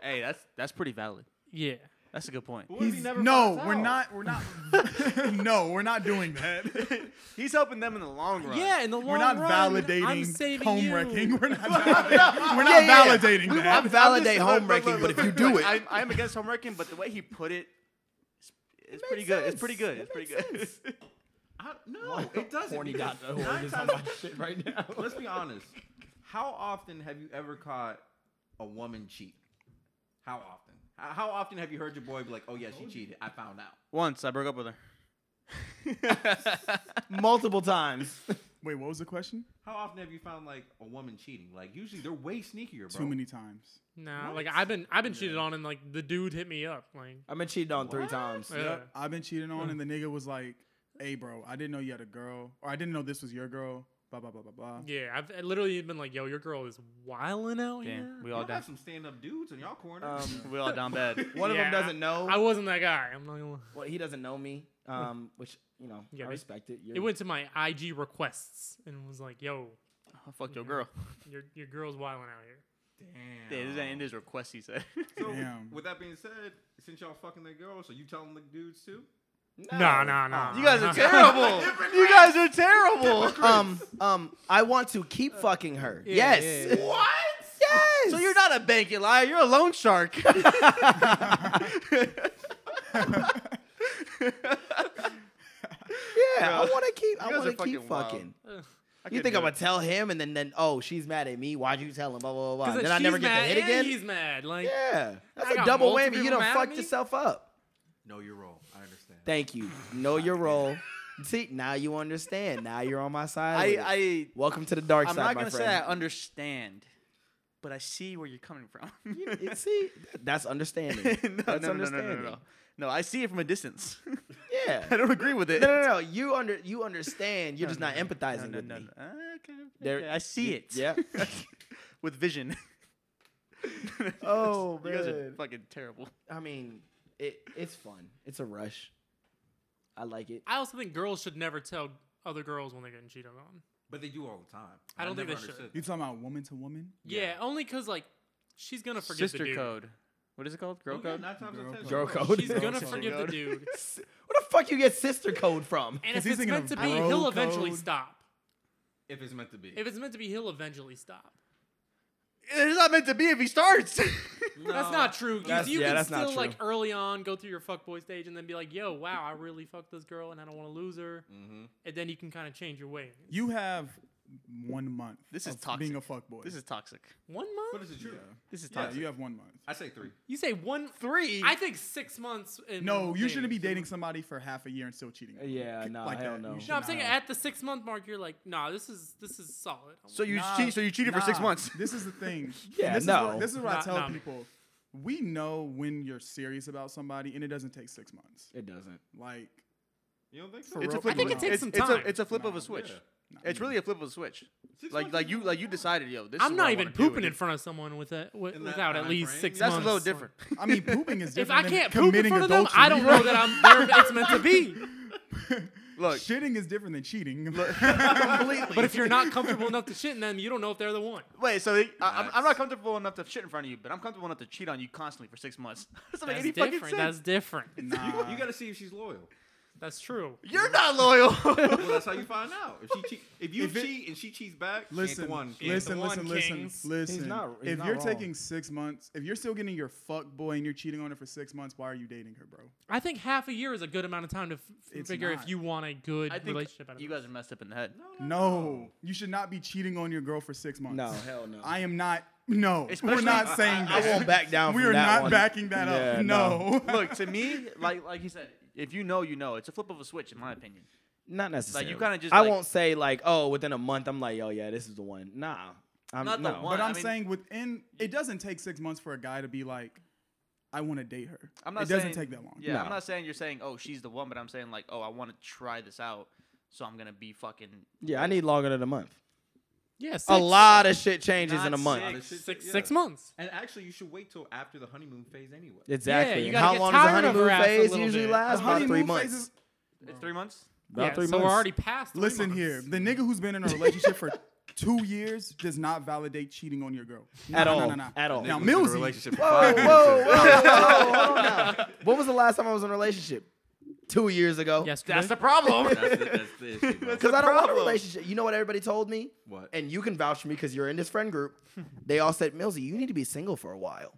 [SPEAKER 4] Hey, that's that's pretty valid.
[SPEAKER 5] Yeah.
[SPEAKER 4] That's a good point.
[SPEAKER 7] What if he
[SPEAKER 6] He's-
[SPEAKER 7] never
[SPEAKER 6] no,
[SPEAKER 7] finds
[SPEAKER 6] we're
[SPEAKER 7] out?
[SPEAKER 6] not. We're not. no, we're not doing that.
[SPEAKER 4] He's helping them in the long run.
[SPEAKER 5] Yeah, in the long
[SPEAKER 6] We're not
[SPEAKER 5] run, I'm
[SPEAKER 6] validating
[SPEAKER 5] saving
[SPEAKER 6] home
[SPEAKER 5] you.
[SPEAKER 6] wrecking. We're not. validating- we're not
[SPEAKER 3] yeah, yeah.
[SPEAKER 6] validating
[SPEAKER 3] We
[SPEAKER 6] that.
[SPEAKER 3] won't validate
[SPEAKER 4] look,
[SPEAKER 3] home
[SPEAKER 4] look,
[SPEAKER 3] wrecking,
[SPEAKER 4] look,
[SPEAKER 3] but if
[SPEAKER 4] look,
[SPEAKER 3] you do
[SPEAKER 4] look,
[SPEAKER 3] it,
[SPEAKER 4] I'm, I'm against home wrecking, but the way he put it, it's, it's pretty good. It's pretty good. It's pretty good.
[SPEAKER 7] I, no, it doesn't.
[SPEAKER 3] Horny
[SPEAKER 7] because
[SPEAKER 3] dot org
[SPEAKER 7] nine
[SPEAKER 3] is on
[SPEAKER 7] times-
[SPEAKER 3] my shit right now.
[SPEAKER 7] Let's be honest. How often have you ever caught a woman cheat? How often? How how often have you heard your boy be like, "Oh yeah, she cheated. I found out."
[SPEAKER 4] Once I broke up with her.
[SPEAKER 3] multiple times.
[SPEAKER 6] Wait, what was the question?
[SPEAKER 7] How often have you found like a woman cheating? Like usually they're way sneakier, bro.
[SPEAKER 6] Too many times.
[SPEAKER 5] Nah, like I've been I've been cheated on, and like the dude hit me up. Like uh,
[SPEAKER 3] I've been cheated on three times.
[SPEAKER 5] Yeah.
[SPEAKER 6] I've been cheated on, and the nigga was like, "Hey, bro, I didn't know you had a girl, or I didn't know this was your girl." Blah blah blah blah blah.
[SPEAKER 5] Yeah, I've I literally been like, "Yo, your girl is wilding
[SPEAKER 4] Oh,
[SPEAKER 5] out here."
[SPEAKER 4] Damn, we all
[SPEAKER 7] Y'all
[SPEAKER 4] down.
[SPEAKER 7] have some stand-up dudes in y'all corner.
[SPEAKER 3] Um,
[SPEAKER 4] We all down bad.
[SPEAKER 3] One of
[SPEAKER 5] Yeah,
[SPEAKER 3] them doesn't know.
[SPEAKER 5] I wasn't that guy. I'm not gonna. Lie.
[SPEAKER 3] well, he doesn't know me, um, which you know
[SPEAKER 5] Yeah,
[SPEAKER 3] I
[SPEAKER 5] it-
[SPEAKER 3] respect it. You're,
[SPEAKER 5] It went to my IG requests and was like, "Yo,
[SPEAKER 4] I fucked your girl.
[SPEAKER 5] your your girl's wilding out here."
[SPEAKER 4] Yeah, this ain't in his request. He said.
[SPEAKER 7] So,
[SPEAKER 6] Damn.
[SPEAKER 7] with that being said, since y'all fucking their girls, so you telling the dudes too?
[SPEAKER 5] No, no, no.
[SPEAKER 4] You guys are terrible. you guys are terrible.
[SPEAKER 3] Um, um, I want to keep fucking her.
[SPEAKER 5] Uh, Yeah,
[SPEAKER 3] yes.
[SPEAKER 5] yeah, yeah.
[SPEAKER 3] What? Yes.
[SPEAKER 4] So you're not a banking liar. You're a loan shark.
[SPEAKER 3] Yeah, I
[SPEAKER 4] Bro,
[SPEAKER 3] want to keep. I
[SPEAKER 4] you guys
[SPEAKER 3] want
[SPEAKER 4] are
[SPEAKER 3] to keep
[SPEAKER 4] fucking wild.
[SPEAKER 3] fucking.
[SPEAKER 5] Eh,
[SPEAKER 4] I
[SPEAKER 3] You
[SPEAKER 4] couldn't
[SPEAKER 3] think
[SPEAKER 4] do it.
[SPEAKER 3] I'm gonna tell him, and then then oh she's mad at me. Why'd you tell him? Blah blah blah. blah.
[SPEAKER 5] Because
[SPEAKER 3] And then I
[SPEAKER 5] she's
[SPEAKER 3] never get to
[SPEAKER 5] mad
[SPEAKER 3] hit
[SPEAKER 5] and
[SPEAKER 3] again.
[SPEAKER 5] He's mad. Like
[SPEAKER 3] Yeah, that's
[SPEAKER 5] I
[SPEAKER 3] a
[SPEAKER 5] got
[SPEAKER 3] double
[SPEAKER 5] multiple
[SPEAKER 3] whammy. You
[SPEAKER 5] people
[SPEAKER 3] done
[SPEAKER 5] mad at
[SPEAKER 3] fucked
[SPEAKER 5] me?
[SPEAKER 3] yourself up.
[SPEAKER 7] Know your role. I understand.
[SPEAKER 3] Thank you. Know your role. See, now you understand. Now you're on my side. with it.
[SPEAKER 4] I,
[SPEAKER 3] Welcome to the dark
[SPEAKER 4] I, I'm
[SPEAKER 3] side,
[SPEAKER 4] not
[SPEAKER 3] my
[SPEAKER 4] gonna
[SPEAKER 3] friend.
[SPEAKER 4] say I understand, but I see where you're coming from.
[SPEAKER 3] It- See, that's understanding. that's
[SPEAKER 4] no, no, no, no, no,
[SPEAKER 3] understanding.
[SPEAKER 4] no. No, I see it from a distance.
[SPEAKER 3] Yeah.
[SPEAKER 4] I don't agree with it.
[SPEAKER 3] No, no, no. You under you understand. You're just not empathizing
[SPEAKER 4] no,
[SPEAKER 3] with
[SPEAKER 4] no,
[SPEAKER 3] me.
[SPEAKER 4] no. Ah, okay, okay,
[SPEAKER 3] There-
[SPEAKER 4] okay. I see it.
[SPEAKER 3] Yeah.
[SPEAKER 4] with vision.
[SPEAKER 3] Oh,
[SPEAKER 4] you guys are
[SPEAKER 3] man.
[SPEAKER 4] fucking terrible.
[SPEAKER 3] I mean, it it's fun. It's a rush. I like it.
[SPEAKER 5] I also think girls should never tell other girls when they're getting cheated on.
[SPEAKER 7] But they do all the time.
[SPEAKER 5] I don't think
[SPEAKER 7] never
[SPEAKER 5] they should.
[SPEAKER 7] understood
[SPEAKER 6] You talking about woman to woman?
[SPEAKER 5] Yeah, only because like she's gonna forget the dude.
[SPEAKER 4] What is it called?
[SPEAKER 7] that.
[SPEAKER 4] Girl
[SPEAKER 7] Oh, yeah,
[SPEAKER 4] code.
[SPEAKER 7] nine times out of ten.
[SPEAKER 3] Girl
[SPEAKER 7] Girl
[SPEAKER 3] code.
[SPEAKER 5] She's gonna
[SPEAKER 6] Girl
[SPEAKER 5] forget the
[SPEAKER 4] code.
[SPEAKER 5] dude.
[SPEAKER 3] Where the fuck you get sister code from?
[SPEAKER 5] And if
[SPEAKER 6] Is he
[SPEAKER 5] it's
[SPEAKER 6] thinking
[SPEAKER 5] meant
[SPEAKER 6] of
[SPEAKER 5] to be,
[SPEAKER 6] bro
[SPEAKER 5] he'll eventually
[SPEAKER 6] code?
[SPEAKER 5] stop.
[SPEAKER 7] If it's meant to be.
[SPEAKER 5] If it's meant to be, he'll eventually stop.
[SPEAKER 4] It's not meant to be if he starts.
[SPEAKER 5] That's not true. Geese.
[SPEAKER 3] That's-
[SPEAKER 5] you
[SPEAKER 3] yeah,
[SPEAKER 5] can
[SPEAKER 3] that's not
[SPEAKER 5] still like
[SPEAKER 3] true.
[SPEAKER 5] early on go through your fuckboy stage and then be like, "Yo, wow, I really fucked this girl and I don't want to lose her."
[SPEAKER 7] Mhm.
[SPEAKER 5] And then you can kind of change your ways.
[SPEAKER 6] You have one month.
[SPEAKER 4] This is
[SPEAKER 6] of
[SPEAKER 4] toxic.
[SPEAKER 6] Being a fuckboy.
[SPEAKER 4] this is toxic.
[SPEAKER 5] One
[SPEAKER 7] But
[SPEAKER 5] month?
[SPEAKER 7] is it true?
[SPEAKER 4] This is
[SPEAKER 6] yeah.
[SPEAKER 4] toxic.
[SPEAKER 6] You have one month.
[SPEAKER 7] I say three.
[SPEAKER 5] You say one?
[SPEAKER 4] Three.
[SPEAKER 5] I think six months. In
[SPEAKER 6] No, you shouldn't be
[SPEAKER 5] things.
[SPEAKER 6] dating somebody for half a year and still cheating. on them.
[SPEAKER 3] Yeah,
[SPEAKER 6] K-
[SPEAKER 3] no,
[SPEAKER 6] like
[SPEAKER 3] hell
[SPEAKER 6] that.
[SPEAKER 3] no.
[SPEAKER 6] You
[SPEAKER 3] No,
[SPEAKER 6] should
[SPEAKER 5] No, I'm
[SPEAKER 6] not
[SPEAKER 5] saying
[SPEAKER 6] have-
[SPEAKER 5] at the six month mark, you're like, "Nah, this is this is solid."
[SPEAKER 4] so you
[SPEAKER 6] Nah,
[SPEAKER 4] cheat. So you cheated for six
[SPEAKER 6] nah.
[SPEAKER 4] months.
[SPEAKER 6] This is the thing.
[SPEAKER 3] Yeah,
[SPEAKER 6] this Is
[SPEAKER 3] no.
[SPEAKER 6] what, this is what
[SPEAKER 5] Nah,
[SPEAKER 6] I tell
[SPEAKER 5] nah.
[SPEAKER 6] people. We know when you're serious about somebody, and it doesn't take six months.
[SPEAKER 3] It doesn't.
[SPEAKER 6] Like,
[SPEAKER 7] You don't think so?
[SPEAKER 6] For
[SPEAKER 4] It's a
[SPEAKER 6] real?
[SPEAKER 4] flip
[SPEAKER 6] I think
[SPEAKER 4] of-
[SPEAKER 6] it takes
[SPEAKER 4] it's,
[SPEAKER 5] some
[SPEAKER 4] it's
[SPEAKER 5] time.
[SPEAKER 4] a, it's a flip of
[SPEAKER 6] Nah,
[SPEAKER 4] a switch.
[SPEAKER 7] yeah.
[SPEAKER 4] It's really a flip of a switch.
[SPEAKER 7] Six
[SPEAKER 4] like
[SPEAKER 7] months
[SPEAKER 4] like
[SPEAKER 7] is
[SPEAKER 4] you
[SPEAKER 7] a
[SPEAKER 4] like you
[SPEAKER 7] long
[SPEAKER 4] decided, yo, this.
[SPEAKER 5] I'm
[SPEAKER 4] is what
[SPEAKER 5] not
[SPEAKER 4] I
[SPEAKER 5] even
[SPEAKER 4] wanna do
[SPEAKER 5] pooping
[SPEAKER 4] with
[SPEAKER 5] in
[SPEAKER 4] it.
[SPEAKER 5] front of someone with a, with,
[SPEAKER 7] In that
[SPEAKER 5] without at
[SPEAKER 7] time
[SPEAKER 5] least
[SPEAKER 7] frame,
[SPEAKER 5] six
[SPEAKER 7] yeah.
[SPEAKER 4] That's a
[SPEAKER 5] months.
[SPEAKER 4] little different.
[SPEAKER 6] I mean, pooping is
[SPEAKER 5] If
[SPEAKER 6] different.
[SPEAKER 5] I
[SPEAKER 6] than
[SPEAKER 5] can't poop in
[SPEAKER 6] committing
[SPEAKER 5] front of them,
[SPEAKER 6] adultery.
[SPEAKER 5] I don't know that I'm where it's meant to be.
[SPEAKER 4] Look.
[SPEAKER 6] shitting is different than cheating.
[SPEAKER 4] Completely.
[SPEAKER 5] But if you're not comfortable enough to shit in them, you don't know if they're the one.
[SPEAKER 4] Wait, so they, I, I'm, I'm not
[SPEAKER 7] Nice.
[SPEAKER 4] comfortable enough to shit in front of you, but I'm comfortable enough to cheat on you constantly for six months. That's like
[SPEAKER 5] That's
[SPEAKER 4] any fucking
[SPEAKER 5] different.
[SPEAKER 4] sense.
[SPEAKER 5] That's different.
[SPEAKER 6] nah,
[SPEAKER 7] You, you gotta see if she's loyal.
[SPEAKER 5] That's true.
[SPEAKER 4] You're not loyal.
[SPEAKER 7] Well, that's how you find out. If she cheat, if you
[SPEAKER 6] If it-
[SPEAKER 7] cheat and she cheats back, she ain't the
[SPEAKER 6] listen,
[SPEAKER 7] one.
[SPEAKER 5] ain't
[SPEAKER 6] listen,
[SPEAKER 5] the
[SPEAKER 6] listen,
[SPEAKER 5] one,
[SPEAKER 6] listen,
[SPEAKER 5] Kings.
[SPEAKER 6] listen.
[SPEAKER 3] He's not- he's
[SPEAKER 6] if
[SPEAKER 3] not
[SPEAKER 6] you're
[SPEAKER 3] wrong.
[SPEAKER 6] taking six months, if you're still getting your fuck boy and you're cheating on her for six months, why are you dating her, bro?
[SPEAKER 5] I think half a year is a good amount of time to f-
[SPEAKER 6] It's
[SPEAKER 5] figure if
[SPEAKER 6] not.
[SPEAKER 5] you want a good
[SPEAKER 4] I think
[SPEAKER 5] relationship out of
[SPEAKER 4] you
[SPEAKER 5] it.
[SPEAKER 4] guys are messed up in the head.
[SPEAKER 6] No, you should not be cheating on your girl for six months.
[SPEAKER 3] No, hell no.
[SPEAKER 6] I am not. No, we're
[SPEAKER 4] Especially-
[SPEAKER 6] not saying
[SPEAKER 3] I
[SPEAKER 6] that.
[SPEAKER 3] won't back down.
[SPEAKER 6] we
[SPEAKER 3] from
[SPEAKER 6] are
[SPEAKER 3] that
[SPEAKER 6] not
[SPEAKER 3] one.
[SPEAKER 6] backing that
[SPEAKER 3] Yeah,
[SPEAKER 6] up. No.
[SPEAKER 4] Look, to me, like like he said, if you know, you know. It's a flip of a switch, in my opinion.
[SPEAKER 3] Not necessarily.
[SPEAKER 4] kinda just,
[SPEAKER 3] I
[SPEAKER 4] like-
[SPEAKER 3] won't say like, oh, within a month, I'm like, oh yeah, this is the one. Nah, I'm
[SPEAKER 4] Not the
[SPEAKER 3] no.
[SPEAKER 4] one.
[SPEAKER 6] but I'm
[SPEAKER 4] I mean-
[SPEAKER 6] saying within, it doesn't take six months for a guy to be like, I want to date her.
[SPEAKER 4] I'm not
[SPEAKER 6] It
[SPEAKER 4] saying-
[SPEAKER 6] doesn't take that long.
[SPEAKER 4] Yeah,
[SPEAKER 3] No.
[SPEAKER 4] I'm not saying you're saying, oh, she's the one, but I'm saying like, oh, I want to try this out, so I'm gonna be fucking.
[SPEAKER 3] Yeah, I need longer than a month.
[SPEAKER 5] Yeah, six,
[SPEAKER 3] A lot of shit changes
[SPEAKER 4] Not
[SPEAKER 3] in a month.
[SPEAKER 4] six.
[SPEAKER 7] This shit-
[SPEAKER 5] six,
[SPEAKER 7] yeah.
[SPEAKER 5] six months.
[SPEAKER 7] And actually, you should wait till after the honeymoon phase anyway.
[SPEAKER 3] Exactly.
[SPEAKER 5] you
[SPEAKER 3] And
[SPEAKER 5] gotta
[SPEAKER 3] How
[SPEAKER 5] get
[SPEAKER 3] long does the
[SPEAKER 5] tired of her
[SPEAKER 3] honeymoon
[SPEAKER 5] ass a
[SPEAKER 3] phase
[SPEAKER 5] little
[SPEAKER 3] usually
[SPEAKER 5] bit.
[SPEAKER 3] last?
[SPEAKER 6] The
[SPEAKER 3] About three
[SPEAKER 6] honeymoon
[SPEAKER 3] months.
[SPEAKER 6] phase is-
[SPEAKER 4] It's three months.
[SPEAKER 3] About
[SPEAKER 5] yeah,
[SPEAKER 3] three
[SPEAKER 5] so
[SPEAKER 3] months.
[SPEAKER 5] we're already past. three
[SPEAKER 6] Listen
[SPEAKER 5] months.
[SPEAKER 6] here, the nigga who's been in a relationship for two years does not validate cheating on your girl No,
[SPEAKER 3] At
[SPEAKER 6] no,
[SPEAKER 3] all.
[SPEAKER 6] No, no, no.
[SPEAKER 3] At all.
[SPEAKER 6] Now,
[SPEAKER 7] Nigga was in a
[SPEAKER 6] Millsy-
[SPEAKER 7] relationship.
[SPEAKER 3] Whoa, whoa, whoa, whoa, hold on now. When was the last time I was in a relationship? Two years ago.
[SPEAKER 5] Yesterday.
[SPEAKER 4] That's the problem.
[SPEAKER 7] That's the, that's the issue. bro.
[SPEAKER 3] Because I don't want a
[SPEAKER 4] problem.
[SPEAKER 3] relationship. You know what everybody told me?
[SPEAKER 7] What?
[SPEAKER 3] And you can vouch for me because you're in this friend group. They all said, Millsy, you need to be single for a while.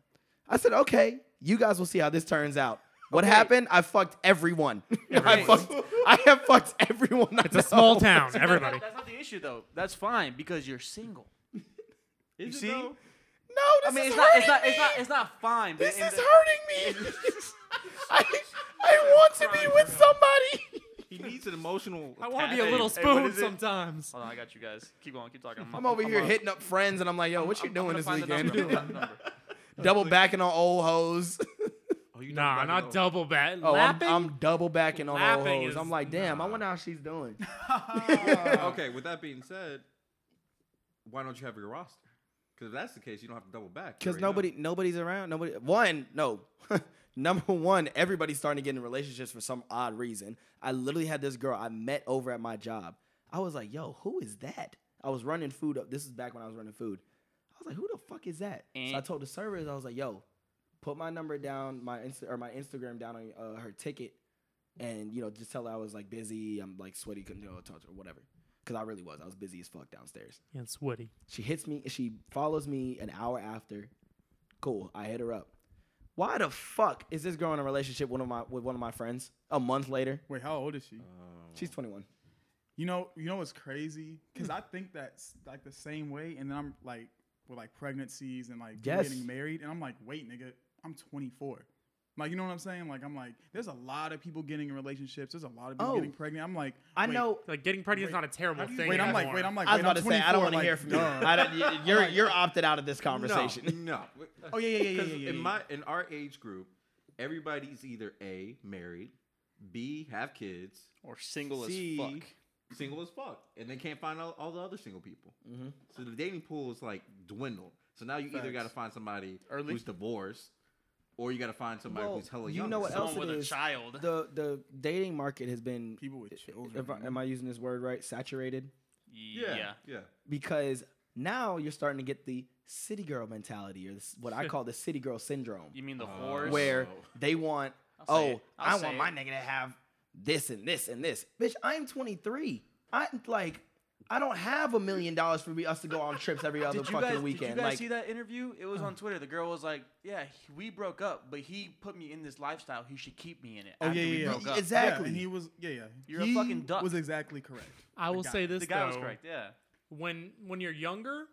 [SPEAKER 3] I said, okay, you guys will see how this turns out. What happened? I fucked everyone. I
[SPEAKER 4] Everyone.
[SPEAKER 3] fucked. I have fucked everyone.
[SPEAKER 5] It's a small town. Everybody.
[SPEAKER 4] That's not the issue though. That's fine because you're single.
[SPEAKER 7] Is
[SPEAKER 4] You
[SPEAKER 7] it
[SPEAKER 4] see?
[SPEAKER 7] though?
[SPEAKER 3] No, this
[SPEAKER 4] I mean,
[SPEAKER 3] is
[SPEAKER 4] it's not, it's
[SPEAKER 3] hurting
[SPEAKER 4] not,
[SPEAKER 3] me.
[SPEAKER 4] it's not, it's not fine. but
[SPEAKER 3] this
[SPEAKER 4] in
[SPEAKER 3] is
[SPEAKER 4] the-
[SPEAKER 3] hurting me. I, I want to be with somebody.
[SPEAKER 7] He needs an emotional.
[SPEAKER 5] I want to be a
[SPEAKER 4] Hey,
[SPEAKER 5] little
[SPEAKER 4] hey, what
[SPEAKER 5] spoon
[SPEAKER 4] is it?
[SPEAKER 5] sometimes.
[SPEAKER 4] Hold on, I got you guys. Keep going, keep talking.
[SPEAKER 3] I'm over here
[SPEAKER 4] uh,
[SPEAKER 3] hitting up friends, and I'm like, yo, what you
[SPEAKER 4] I'm
[SPEAKER 3] doing
[SPEAKER 4] gonna
[SPEAKER 3] this
[SPEAKER 4] find the
[SPEAKER 3] weekend?
[SPEAKER 4] number, I'm gonna find the number.
[SPEAKER 3] Double backing on old hoes.
[SPEAKER 7] Oh, you
[SPEAKER 5] Nah,
[SPEAKER 7] double back
[SPEAKER 5] not
[SPEAKER 7] it up.
[SPEAKER 5] double bat.
[SPEAKER 3] Oh, I'm,
[SPEAKER 5] Lapping?
[SPEAKER 3] I'm double backing on old
[SPEAKER 5] Lapping
[SPEAKER 3] hoes.
[SPEAKER 5] is-
[SPEAKER 3] I'm like, damn, I wonder how she's doing.
[SPEAKER 7] okay, with that being said, why don't you have your roster? Because if that's the case, you don't have to double back. You
[SPEAKER 3] Because
[SPEAKER 7] already know.
[SPEAKER 3] nobody, nobody's around. Nobody. One, no. Number one, everybody's starting to get in relationships for some odd reason. I literally had this girl I met over at my job. I was like, yo, who is that? I was running food up. This is back when I was running food. I was like, who the fuck is that?
[SPEAKER 7] Eh.
[SPEAKER 3] So I
[SPEAKER 4] And-
[SPEAKER 3] told the servers, I was like, yo, put my number down, my Insta- or my Instagram down on uh, her ticket, and you know, just tell her I was like busy. I'm like sweaty, couldn't you know, talk to her, whatever. because I really was. I was busy as fuck downstairs.
[SPEAKER 5] Yeah, it's Woody.
[SPEAKER 3] She hits me. She follows me an hour after. Cool. I hit her up. Why the fuck is this girl in a relationship with one of my with one of my friends? A month later,
[SPEAKER 6] Wait, how old is she?
[SPEAKER 3] she's 21.
[SPEAKER 6] You know, you know what's crazy?
[SPEAKER 3] Hmm.
[SPEAKER 6] Because I think that's like the same way, and then I'm like with like pregnancies and like people
[SPEAKER 3] Yes.
[SPEAKER 6] getting married, and I'm like, wait, nigga, I'm 24. Like, you know what I'm saying? Like, I'm like, there's a lot of people getting in relationships. There's a lot of people
[SPEAKER 3] Oh.
[SPEAKER 6] getting pregnant. I'm like,
[SPEAKER 3] I
[SPEAKER 6] wait,
[SPEAKER 3] know.
[SPEAKER 5] Like getting pregnant is not a terrible
[SPEAKER 6] how do you-
[SPEAKER 5] thing.
[SPEAKER 6] Wait, I'm like,
[SPEAKER 5] anymore.
[SPEAKER 6] wait, I'm like,
[SPEAKER 3] I was
[SPEAKER 6] wait,
[SPEAKER 3] about to
[SPEAKER 6] I'm
[SPEAKER 3] say I don't
[SPEAKER 6] 24,
[SPEAKER 3] want to
[SPEAKER 6] like,
[SPEAKER 3] hear from you.
[SPEAKER 6] duh.
[SPEAKER 3] I don't, y- you're you're opted out of this conversation.
[SPEAKER 7] No. no.
[SPEAKER 6] Oh yeah, yeah, yeah, yeah,
[SPEAKER 7] 'Cause
[SPEAKER 6] yeah, yeah.
[SPEAKER 7] in
[SPEAKER 6] yeah.
[SPEAKER 7] my in our age group, everybody's either a married, b have kids,
[SPEAKER 4] Or single
[SPEAKER 7] C,
[SPEAKER 4] as fuck.
[SPEAKER 7] Single as fuck, and they can't find all, all the other single people. So the dating pool is like dwindled. So now you either
[SPEAKER 6] Facts.
[SPEAKER 7] got to find somebody
[SPEAKER 4] Early.
[SPEAKER 7] who's divorced, or you got to find somebody
[SPEAKER 3] Well,
[SPEAKER 7] who's hella
[SPEAKER 3] you
[SPEAKER 7] young.
[SPEAKER 3] know what
[SPEAKER 7] So-
[SPEAKER 4] Someone
[SPEAKER 3] else it
[SPEAKER 4] with a
[SPEAKER 3] is,
[SPEAKER 4] child.
[SPEAKER 3] The the dating market has been
[SPEAKER 6] people with children.
[SPEAKER 3] if I- am I using this word right? Saturated
[SPEAKER 7] Yeah,
[SPEAKER 4] yeah.
[SPEAKER 7] yeah. yeah.
[SPEAKER 3] because now you're starting to get the city girl mentality or this, what I call the city girl syndrome.
[SPEAKER 4] You mean the
[SPEAKER 7] Oh.
[SPEAKER 4] horse?
[SPEAKER 3] Uh, where
[SPEAKER 7] Oh.
[SPEAKER 3] they want,
[SPEAKER 4] I'll say
[SPEAKER 3] oh,
[SPEAKER 4] it. I'll
[SPEAKER 3] I
[SPEAKER 4] say
[SPEAKER 3] want
[SPEAKER 4] it."
[SPEAKER 3] my nigga to have this and this and this. Bitch, I'm 23. I like, I don't have a million dollars for me- us to go on trips every other
[SPEAKER 4] Did you,
[SPEAKER 3] fucking
[SPEAKER 4] guys,
[SPEAKER 3] weekend.
[SPEAKER 4] did you guys
[SPEAKER 3] like, Oh.
[SPEAKER 4] see that interview? It was on Twitter. The girl was like, "Yeah, he- we broke up, but he put me in this lifestyle. He should keep me in it."
[SPEAKER 6] Oh,
[SPEAKER 4] after
[SPEAKER 6] yeah,
[SPEAKER 4] we
[SPEAKER 6] yeah,
[SPEAKER 4] broke
[SPEAKER 6] yeah.
[SPEAKER 4] up.
[SPEAKER 3] Exact- Exactly.
[SPEAKER 6] Yeah, and he was, yeah, yeah.
[SPEAKER 4] You're a
[SPEAKER 6] He
[SPEAKER 4] fucking duck.
[SPEAKER 6] Was exactly correct.
[SPEAKER 5] I will
[SPEAKER 6] guy-
[SPEAKER 5] say this
[SPEAKER 4] The guy
[SPEAKER 5] though,
[SPEAKER 4] was correct. Yeah.
[SPEAKER 5] when when you're younger,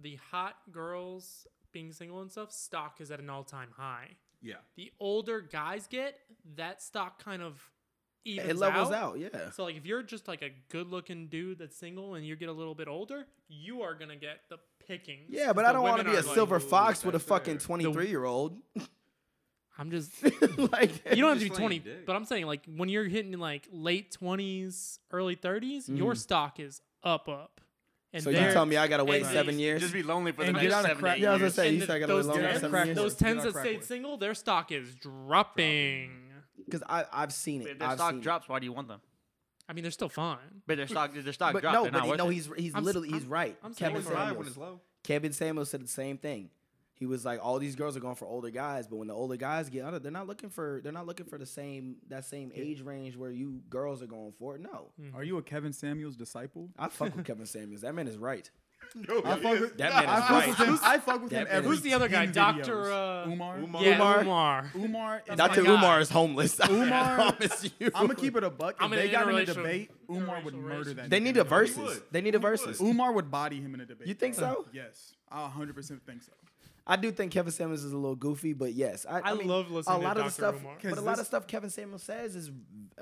[SPEAKER 5] the hot girls being single and stuff stock is at an all time high.
[SPEAKER 7] Yeah.
[SPEAKER 5] The older guys get, that stock kind of evens
[SPEAKER 3] it levels out, yeah.
[SPEAKER 5] So like if you're just like a good looking dude that's single and you get a little bit older, you are gonna get the pickings.
[SPEAKER 3] Yeah,
[SPEAKER 5] 'cause
[SPEAKER 3] but
[SPEAKER 5] the
[SPEAKER 3] I don't want to
[SPEAKER 5] women
[SPEAKER 3] be a
[SPEAKER 5] are like-
[SPEAKER 3] silver
[SPEAKER 7] ooh,
[SPEAKER 3] fox with a
[SPEAKER 7] that's
[SPEAKER 3] fucking
[SPEAKER 7] fair.
[SPEAKER 3] 23 year old.
[SPEAKER 5] I'm just
[SPEAKER 3] like,
[SPEAKER 5] you don't have to
[SPEAKER 7] just
[SPEAKER 5] be
[SPEAKER 7] playing
[SPEAKER 5] 20
[SPEAKER 7] dick.
[SPEAKER 5] but i'm saying like when you're hitting like late 20s early 30s your stock is up up and
[SPEAKER 3] Mm-hmm. so you
[SPEAKER 5] they're-
[SPEAKER 3] tell me I gotta wait
[SPEAKER 5] and
[SPEAKER 3] seven
[SPEAKER 5] these-
[SPEAKER 3] years?
[SPEAKER 4] Just be lonely for the
[SPEAKER 6] And
[SPEAKER 4] next
[SPEAKER 6] get on a
[SPEAKER 4] seven,
[SPEAKER 6] crack-
[SPEAKER 4] eight
[SPEAKER 3] yeah, I was gonna
[SPEAKER 4] years.
[SPEAKER 3] say
[SPEAKER 5] and
[SPEAKER 3] you
[SPEAKER 5] the-
[SPEAKER 3] said I gotta
[SPEAKER 5] those,
[SPEAKER 3] wait longer than
[SPEAKER 5] tens,
[SPEAKER 3] seven years.
[SPEAKER 5] those
[SPEAKER 6] Get on a
[SPEAKER 5] tens that
[SPEAKER 6] crack
[SPEAKER 5] stayed
[SPEAKER 6] whore.
[SPEAKER 5] single their stock is dropping
[SPEAKER 3] Because I've seen it.
[SPEAKER 4] If their
[SPEAKER 3] I've
[SPEAKER 4] stock
[SPEAKER 3] seen it.
[SPEAKER 4] drops, why do you want them?
[SPEAKER 5] i mean they're still fine
[SPEAKER 4] But their stock, their stock
[SPEAKER 3] But
[SPEAKER 4] dropped.
[SPEAKER 3] no,
[SPEAKER 4] they're not
[SPEAKER 3] but you
[SPEAKER 4] worth
[SPEAKER 3] know
[SPEAKER 4] it.
[SPEAKER 3] he's he's
[SPEAKER 5] I'm s-
[SPEAKER 3] literally
[SPEAKER 5] I'm-
[SPEAKER 3] he's right.
[SPEAKER 5] I'm saying
[SPEAKER 3] Kevin
[SPEAKER 5] it's right
[SPEAKER 7] when it's
[SPEAKER 3] Samuels.
[SPEAKER 7] low.
[SPEAKER 3] Kevin Samuels said the same thing. He was like, all these girls are going for older guys, but when the older guys get out, they're not looking for they're not looking for the same that same age range where you girls are going for. No,
[SPEAKER 6] Are you a Kevin Samuels disciple?
[SPEAKER 3] I fuck with Kevin Samuels. That man is right.
[SPEAKER 6] I fuck with
[SPEAKER 3] That man
[SPEAKER 6] I
[SPEAKER 3] is
[SPEAKER 6] fuck
[SPEAKER 3] right.
[SPEAKER 6] with him. I fuck with
[SPEAKER 3] That
[SPEAKER 6] him.
[SPEAKER 3] man
[SPEAKER 6] every
[SPEAKER 3] is- Who's
[SPEAKER 5] the other guy?
[SPEAKER 6] 10
[SPEAKER 5] Dr.,
[SPEAKER 6] videos.
[SPEAKER 5] uh,
[SPEAKER 6] Umar.
[SPEAKER 7] Umar?
[SPEAKER 5] yeah,
[SPEAKER 3] Umar.
[SPEAKER 5] Umar.
[SPEAKER 6] Umar is
[SPEAKER 5] my
[SPEAKER 3] Dr.
[SPEAKER 5] God.
[SPEAKER 3] Umar is homeless. I
[SPEAKER 6] Oh Umar-
[SPEAKER 3] promise you.
[SPEAKER 6] I'm gonna keep it a buck. If
[SPEAKER 5] I'm in
[SPEAKER 6] they
[SPEAKER 5] an
[SPEAKER 6] got in a
[SPEAKER 5] interracial-
[SPEAKER 6] debate, Umar would
[SPEAKER 5] interracial
[SPEAKER 6] murder
[SPEAKER 5] race.
[SPEAKER 6] that.
[SPEAKER 3] They
[SPEAKER 6] nigga
[SPEAKER 3] need
[SPEAKER 6] in
[SPEAKER 3] a
[SPEAKER 6] debate.
[SPEAKER 3] versus. They need a versus.
[SPEAKER 6] Umar would body him in a debate.
[SPEAKER 3] You think so?
[SPEAKER 6] Yes, I 100 percent think so.
[SPEAKER 3] I do think Kevin Samuels is a little goofy, but yes, I,
[SPEAKER 5] I
[SPEAKER 3] mean,
[SPEAKER 5] love listening
[SPEAKER 3] a
[SPEAKER 5] to
[SPEAKER 3] lot of the
[SPEAKER 5] Dr.
[SPEAKER 3] stuff.
[SPEAKER 5] Umar.
[SPEAKER 3] But a
[SPEAKER 6] 'Cause
[SPEAKER 3] lot
[SPEAKER 6] this-
[SPEAKER 3] of stuff Kevin Samuels says is,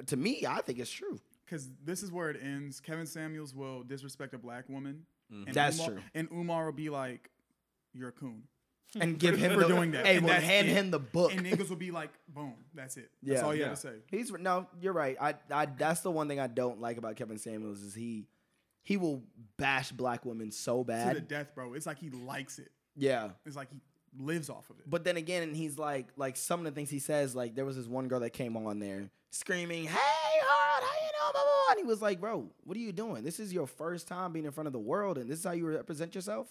[SPEAKER 3] to me, I think it's true.
[SPEAKER 6] Because this is where it ends. Kevin Samuels will disrespect a black woman. And
[SPEAKER 3] Mm. That's
[SPEAKER 6] Umar,
[SPEAKER 3] true.
[SPEAKER 6] And Umar will be like, "You're a coon."
[SPEAKER 3] And give him
[SPEAKER 6] for
[SPEAKER 3] the,
[SPEAKER 6] doing that.
[SPEAKER 3] Hey,
[SPEAKER 6] And
[SPEAKER 3] well,
[SPEAKER 6] that's
[SPEAKER 3] hand
[SPEAKER 6] it.
[SPEAKER 3] him the book.
[SPEAKER 6] And niggas will be like, "Boom, that's it. That's
[SPEAKER 3] Yeah.
[SPEAKER 6] all you
[SPEAKER 7] Yeah.
[SPEAKER 6] gotta say."
[SPEAKER 3] He's no, you're right. I, I that's the one thing I don't like about Kevin Samuels is he he will bash black women so
[SPEAKER 6] To the
[SPEAKER 3] bad.
[SPEAKER 6] death, bro. It's like he likes it.
[SPEAKER 3] Yeah.
[SPEAKER 6] It's like he lives off of it.
[SPEAKER 3] But then again, and he's like like some of the things he says, like there was this one girl that came on there screaming, Hey hard, how you know, blah, blah, blah." And he was like, Bro, what are you doing? This is your first time being in front of the world and this is how you represent yourself?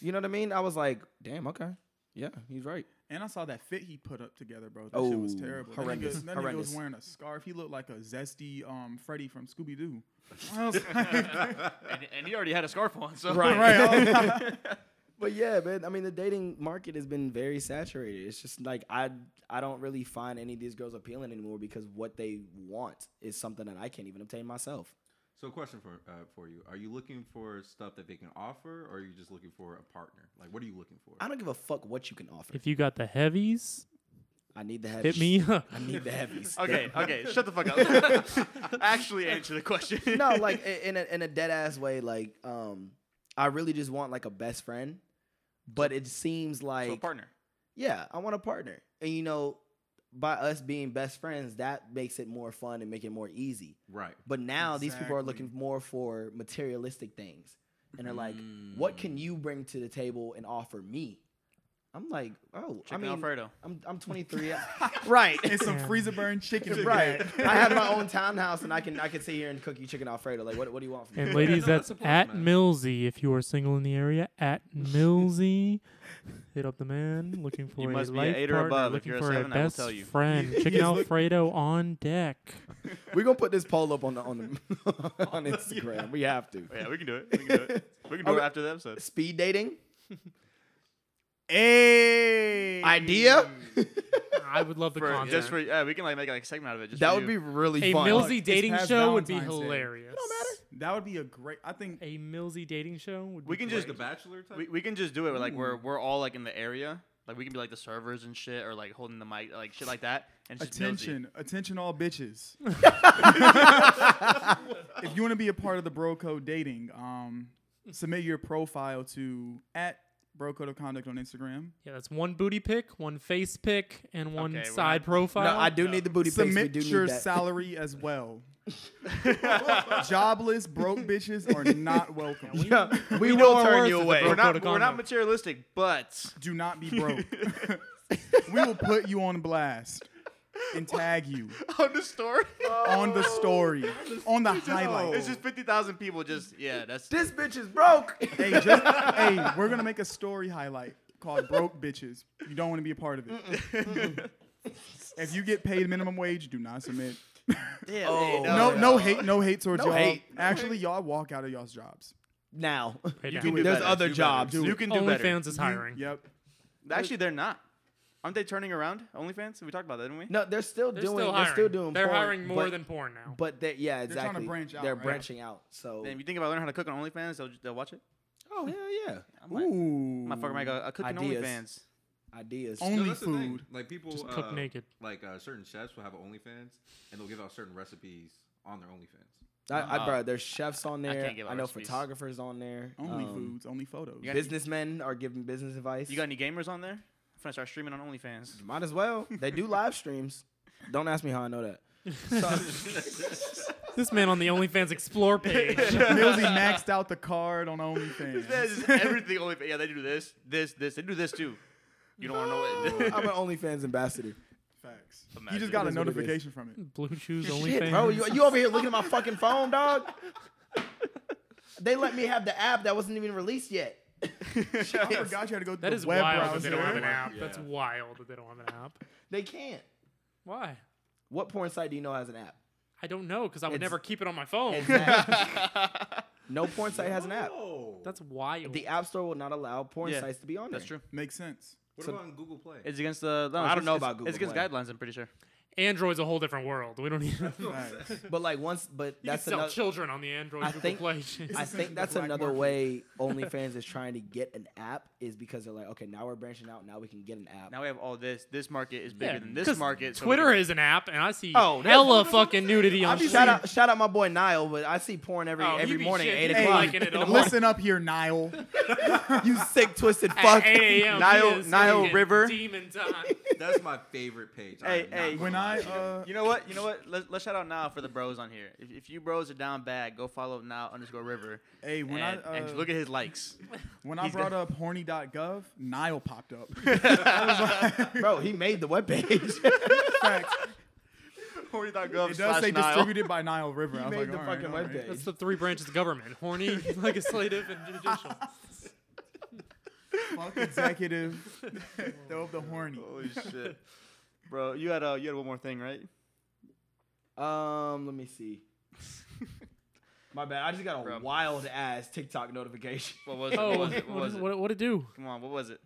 [SPEAKER 3] you know what I mean? I was like, damn, okay. Yeah, he's right.
[SPEAKER 6] And I saw that fit he put up together, bro. That shit was
[SPEAKER 3] Oh,
[SPEAKER 6] terrible.
[SPEAKER 3] horrendous,
[SPEAKER 6] That nigga, that nigga
[SPEAKER 3] horrendous.
[SPEAKER 6] was wearing a scarf. He looked like a zesty um, Freddy from Scooby Doo. I was like,
[SPEAKER 4] and, and he already had a scarf on. So
[SPEAKER 6] right. I was-
[SPEAKER 3] But yeah, man. I mean, the dating market has been very saturated. It's just like I I don't really find any of these girls appealing anymore because what they want is something that I can't even obtain myself.
[SPEAKER 7] So, a question for uh, for you: Are you looking for stuff that they can offer, or are you just looking for a partner? Like, what are you looking for?
[SPEAKER 3] I don't give a fuck what you can offer.
[SPEAKER 5] if you got the heavies
[SPEAKER 3] I need the heavies.
[SPEAKER 5] hit me up
[SPEAKER 3] I need the heavies.
[SPEAKER 4] Okay, okay, shut the fuck up. Actually, answer the question.
[SPEAKER 3] no, like i- in a, in a dead ass way. Like, um, I really just want like a best friend, but it seems like
[SPEAKER 4] so partner.
[SPEAKER 3] yeah, I want a partner. And you know, by us being best friends, that makes it more fun and make it more easy.
[SPEAKER 7] right.
[SPEAKER 3] But now these people are
[SPEAKER 6] Exactly.
[SPEAKER 3] looking more for
[SPEAKER 6] Mm.
[SPEAKER 3] materialistic things. And they're like, what can you bring to the table and offer me? I'm like, oh, I
[SPEAKER 4] Chicken
[SPEAKER 3] mean,
[SPEAKER 4] Alfredo.
[SPEAKER 3] I'm I'm 23. right.
[SPEAKER 6] It's some freezer burn chicken.
[SPEAKER 3] right.
[SPEAKER 6] back.
[SPEAKER 3] I have my own townhouse and I can I can sit here and cook you chicken alfredo. Like what what do you want from me?
[SPEAKER 5] And ladies,
[SPEAKER 7] no,
[SPEAKER 5] that's
[SPEAKER 7] that's a
[SPEAKER 5] at
[SPEAKER 7] man.
[SPEAKER 5] Millsy. If you are single in the area, at Millsy, hit up the man looking for a
[SPEAKER 4] must be a
[SPEAKER 5] life
[SPEAKER 4] eight or
[SPEAKER 5] partner,
[SPEAKER 4] above. If
[SPEAKER 5] looking
[SPEAKER 4] you're a
[SPEAKER 5] for
[SPEAKER 4] seven,
[SPEAKER 5] a
[SPEAKER 4] I will
[SPEAKER 5] best
[SPEAKER 4] tell you.
[SPEAKER 5] friend. Chicken Alfredo on deck.
[SPEAKER 3] We're gonna put this poll up on the on the on Instagram. We have to.
[SPEAKER 4] Oh, yeah, we can do it. We can do it. We can do it
[SPEAKER 3] Okay.
[SPEAKER 4] after the episode.
[SPEAKER 3] Speed dating
[SPEAKER 6] Hey.
[SPEAKER 3] idea.
[SPEAKER 5] I would love the
[SPEAKER 4] For,
[SPEAKER 5] concept.
[SPEAKER 4] just for yeah, we can like make like a segment out of it. Just
[SPEAKER 3] that
[SPEAKER 4] for
[SPEAKER 3] would be
[SPEAKER 4] you.
[SPEAKER 3] really
[SPEAKER 5] a
[SPEAKER 3] fun.
[SPEAKER 5] Millsy
[SPEAKER 6] It's
[SPEAKER 5] dating
[SPEAKER 6] past
[SPEAKER 5] show would be
[SPEAKER 6] Valentine's Day.
[SPEAKER 5] hilarious.
[SPEAKER 6] That would be a great. I think.
[SPEAKER 5] A Millsy dating show would.
[SPEAKER 4] We
[SPEAKER 5] be
[SPEAKER 4] can
[SPEAKER 5] great.
[SPEAKER 4] just-
[SPEAKER 7] Like the Bachelor type.
[SPEAKER 4] We, we can just do it. where, Like we're we're all like in the area. Like we can be like the servers and shit, or like holding the mic, like shit like that. And it's just Millsy.
[SPEAKER 6] Attention, attention, all bitches. if you want to be a part of the Bro Code dating, um, submit your profile to at Bro Code of Conduct on Instagram.
[SPEAKER 5] Yeah, that's one booty pick, one face pick, and one
[SPEAKER 4] Okay, we're
[SPEAKER 5] side
[SPEAKER 4] not-
[SPEAKER 3] No,
[SPEAKER 5] profile.
[SPEAKER 3] I do need the booty pics. We
[SPEAKER 6] submit
[SPEAKER 3] do need
[SPEAKER 6] your
[SPEAKER 3] that.
[SPEAKER 6] salary as well. Jobless, broke bitches are not welcome.
[SPEAKER 3] Yeah, we,
[SPEAKER 5] we know
[SPEAKER 3] will
[SPEAKER 5] our
[SPEAKER 3] turn
[SPEAKER 5] worth
[SPEAKER 3] you
[SPEAKER 5] as a
[SPEAKER 3] away.
[SPEAKER 5] bro
[SPEAKER 4] We're not
[SPEAKER 5] Code
[SPEAKER 4] we're not
[SPEAKER 5] Conduct.
[SPEAKER 4] materialistic, but
[SPEAKER 6] Do not be broke. we will put you on blast and tag you
[SPEAKER 4] on the story,
[SPEAKER 6] on the story,
[SPEAKER 3] Oh,
[SPEAKER 6] on the highlight.
[SPEAKER 4] it's just fifty thousand people. Just yeah, that's
[SPEAKER 3] This bitch is broke.
[SPEAKER 6] hey, just, hey, we're gonna make a story highlight called "Broke Bitches." You don't want to be a part of it. if you get paid minimum wage, do not submit.
[SPEAKER 3] Yeah,
[SPEAKER 4] Oh,
[SPEAKER 3] no,
[SPEAKER 6] No, no hate, no hate towards
[SPEAKER 3] No
[SPEAKER 6] y'all.
[SPEAKER 3] hate.
[SPEAKER 6] Actually, y'all walk out of y'all's jobs.
[SPEAKER 3] now.
[SPEAKER 5] Right now.
[SPEAKER 4] can do
[SPEAKER 3] There's
[SPEAKER 4] better.
[SPEAKER 3] other
[SPEAKER 4] Do better.
[SPEAKER 3] jobs.
[SPEAKER 4] You can do better.
[SPEAKER 5] OnlyFans is hiring.
[SPEAKER 6] Yep.
[SPEAKER 4] Actually, they're not. Aren't they turning around? OnlyFans? We talked about that, didn't we?
[SPEAKER 3] No, they're still
[SPEAKER 5] They're
[SPEAKER 3] doing.
[SPEAKER 5] still hiring.
[SPEAKER 3] they're still doing.
[SPEAKER 5] They're
[SPEAKER 3] porn,
[SPEAKER 5] hiring more
[SPEAKER 3] but-
[SPEAKER 5] than porn now.
[SPEAKER 3] But they, yeah,
[SPEAKER 6] trying to
[SPEAKER 3] exactly.
[SPEAKER 6] branch out,
[SPEAKER 3] They're
[SPEAKER 6] right?
[SPEAKER 3] branching out. So.
[SPEAKER 4] Man, you think if I learn how to cook on OnlyFans, they'll, they'll watch it.
[SPEAKER 3] oh hell yeah!
[SPEAKER 4] I might,
[SPEAKER 6] Ooh.
[SPEAKER 4] might fucking make a, a cooking
[SPEAKER 3] Ideas.
[SPEAKER 4] OnlyFans.
[SPEAKER 3] Ideas.
[SPEAKER 6] Only
[SPEAKER 7] that's the thing.
[SPEAKER 6] food.
[SPEAKER 7] Like people
[SPEAKER 5] Just cook
[SPEAKER 7] uh,
[SPEAKER 5] naked.
[SPEAKER 7] Like uh, certain chefs will have OnlyFans, and they'll give out certain recipes on their OnlyFans.
[SPEAKER 3] I, I
[SPEAKER 4] Uh,
[SPEAKER 3] bro, there's chefs on
[SPEAKER 4] I
[SPEAKER 3] there.
[SPEAKER 4] can't
[SPEAKER 3] I,
[SPEAKER 4] give out
[SPEAKER 3] know
[SPEAKER 4] recipes.
[SPEAKER 3] photographers on there.
[SPEAKER 6] Only
[SPEAKER 3] um,
[SPEAKER 6] foods. Only photos.
[SPEAKER 4] You got-
[SPEAKER 3] Businessmen are giving business advice.
[SPEAKER 4] You got any gamers on there? I'm gonna start streaming on OnlyFans.
[SPEAKER 3] Might as well. They do live streams. Don't ask me how I know that.
[SPEAKER 5] This man on the OnlyFans Explore page.
[SPEAKER 6] Millsy maxed out the card on
[SPEAKER 4] That
[SPEAKER 6] OnlyFans.
[SPEAKER 4] is everything OnlyFans. Yeah, they do this, this, this. They do this too. You don't want to know
[SPEAKER 3] I'm
[SPEAKER 4] it.
[SPEAKER 3] an OnlyFans ambassador.
[SPEAKER 6] Facts. You
[SPEAKER 4] Imagine.
[SPEAKER 6] just got
[SPEAKER 3] It
[SPEAKER 6] a
[SPEAKER 3] is what it is.
[SPEAKER 6] notification from it.
[SPEAKER 5] Blue Chews
[SPEAKER 3] Shit,
[SPEAKER 5] OnlyFans.
[SPEAKER 3] bro, you, you over here looking at my fucking phone, dog. They let me have the app that wasn't even released yet.
[SPEAKER 6] I forgot you had to go to
[SPEAKER 5] that
[SPEAKER 6] the
[SPEAKER 5] is
[SPEAKER 6] web
[SPEAKER 5] wild that
[SPEAKER 6] browser.
[SPEAKER 5] they don't have an app.
[SPEAKER 7] Yeah.
[SPEAKER 5] That's wild that they don't have an app.
[SPEAKER 3] They can't.
[SPEAKER 5] Why?
[SPEAKER 3] What porn site do you know has an app?
[SPEAKER 5] I don't know because I would
[SPEAKER 3] It's-
[SPEAKER 5] never keep it on my phone.
[SPEAKER 3] No porn site has an app.
[SPEAKER 7] Oh,
[SPEAKER 5] That's wild.
[SPEAKER 3] The App Store will not allow porn
[SPEAKER 4] Yeah,
[SPEAKER 3] sites to be on
[SPEAKER 4] That's
[SPEAKER 3] there.
[SPEAKER 4] true.
[SPEAKER 6] Makes sense.
[SPEAKER 7] what
[SPEAKER 3] So-
[SPEAKER 7] about on Google Play?
[SPEAKER 4] It's against the. No,
[SPEAKER 3] I
[SPEAKER 4] it's
[SPEAKER 3] don't
[SPEAKER 4] against-
[SPEAKER 3] know
[SPEAKER 4] it's-
[SPEAKER 3] about
[SPEAKER 4] It's against
[SPEAKER 3] Google
[SPEAKER 4] guidelines. I'm pretty sure.
[SPEAKER 5] Android's a whole different world. We don't even. you
[SPEAKER 6] Facts.
[SPEAKER 3] But like once, but
[SPEAKER 5] can
[SPEAKER 3] that's
[SPEAKER 5] sell
[SPEAKER 3] another.
[SPEAKER 5] children on the Android
[SPEAKER 3] I
[SPEAKER 5] Google
[SPEAKER 3] think-
[SPEAKER 5] Play. shit.
[SPEAKER 3] I think that's
[SPEAKER 6] Black
[SPEAKER 3] another
[SPEAKER 6] market.
[SPEAKER 3] way OnlyFans is trying to get an app is because they're like, okay, now we're branching out. Now we can get an app.
[SPEAKER 4] Now we have all this. This market is bigger
[SPEAKER 5] Yeah,
[SPEAKER 4] than this
[SPEAKER 5] 'cause
[SPEAKER 4] market. so we
[SPEAKER 5] Twitter
[SPEAKER 4] can-
[SPEAKER 5] is an app, and I see
[SPEAKER 4] Oh,
[SPEAKER 5] oh,
[SPEAKER 4] that's-
[SPEAKER 5] hella fucking nudity on
[SPEAKER 3] shout
[SPEAKER 5] shit.
[SPEAKER 3] out, shout out my boy Niall, but I see porn every
[SPEAKER 5] Oh, he
[SPEAKER 3] every
[SPEAKER 5] be
[SPEAKER 3] morning,
[SPEAKER 5] shit.
[SPEAKER 3] eight
[SPEAKER 5] He be
[SPEAKER 3] o'clock.
[SPEAKER 5] liking it
[SPEAKER 3] in the
[SPEAKER 5] all.
[SPEAKER 3] morning.
[SPEAKER 6] Listen up here, Niall.
[SPEAKER 3] you sick, twisted
[SPEAKER 5] At
[SPEAKER 3] fuck.
[SPEAKER 5] 8 a.m.
[SPEAKER 4] Nile-
[SPEAKER 5] he is
[SPEAKER 4] Nile
[SPEAKER 5] getting
[SPEAKER 4] River.
[SPEAKER 5] Demon time.
[SPEAKER 7] That's my favorite page. I
[SPEAKER 4] Hey,
[SPEAKER 7] am not
[SPEAKER 4] hey.
[SPEAKER 7] gonna
[SPEAKER 6] When
[SPEAKER 7] lie
[SPEAKER 6] I
[SPEAKER 7] to you.
[SPEAKER 6] uh,
[SPEAKER 4] You know what? You know what? Let's, let's shout out now for the bros on here. If, if you bros are down bad, go follow now underscore river.
[SPEAKER 6] Hey, when
[SPEAKER 4] and,
[SPEAKER 6] I,
[SPEAKER 4] and
[SPEAKER 6] uh,
[SPEAKER 4] look at his likes.
[SPEAKER 6] when I
[SPEAKER 4] he's
[SPEAKER 6] brought
[SPEAKER 4] gonna-
[SPEAKER 6] up horny.gov, Nile popped up.
[SPEAKER 3] Bro, he made the webpage.
[SPEAKER 6] Facts.
[SPEAKER 4] Horny.gov
[SPEAKER 6] It does say
[SPEAKER 4] slash Nile.
[SPEAKER 6] distributed by Nile River. I was
[SPEAKER 3] made
[SPEAKER 6] like,
[SPEAKER 3] the
[SPEAKER 6] all right,
[SPEAKER 3] fucking
[SPEAKER 6] all right.
[SPEAKER 3] webpage.
[SPEAKER 5] That's the three branches of government: horny, legislative, and judicial.
[SPEAKER 6] Fuck executive. Throw up the horny.
[SPEAKER 4] Holy shit, bro! You had uh, you had one more thing, right?
[SPEAKER 3] um, let me see. My bad. I just got a
[SPEAKER 4] Bro.
[SPEAKER 3] wild ass TikTok notification.
[SPEAKER 4] What was it?
[SPEAKER 5] Oh,
[SPEAKER 4] What was it? What
[SPEAKER 5] what,
[SPEAKER 4] was
[SPEAKER 5] is,
[SPEAKER 4] it?
[SPEAKER 5] what, what it do?
[SPEAKER 4] Come on, what was it?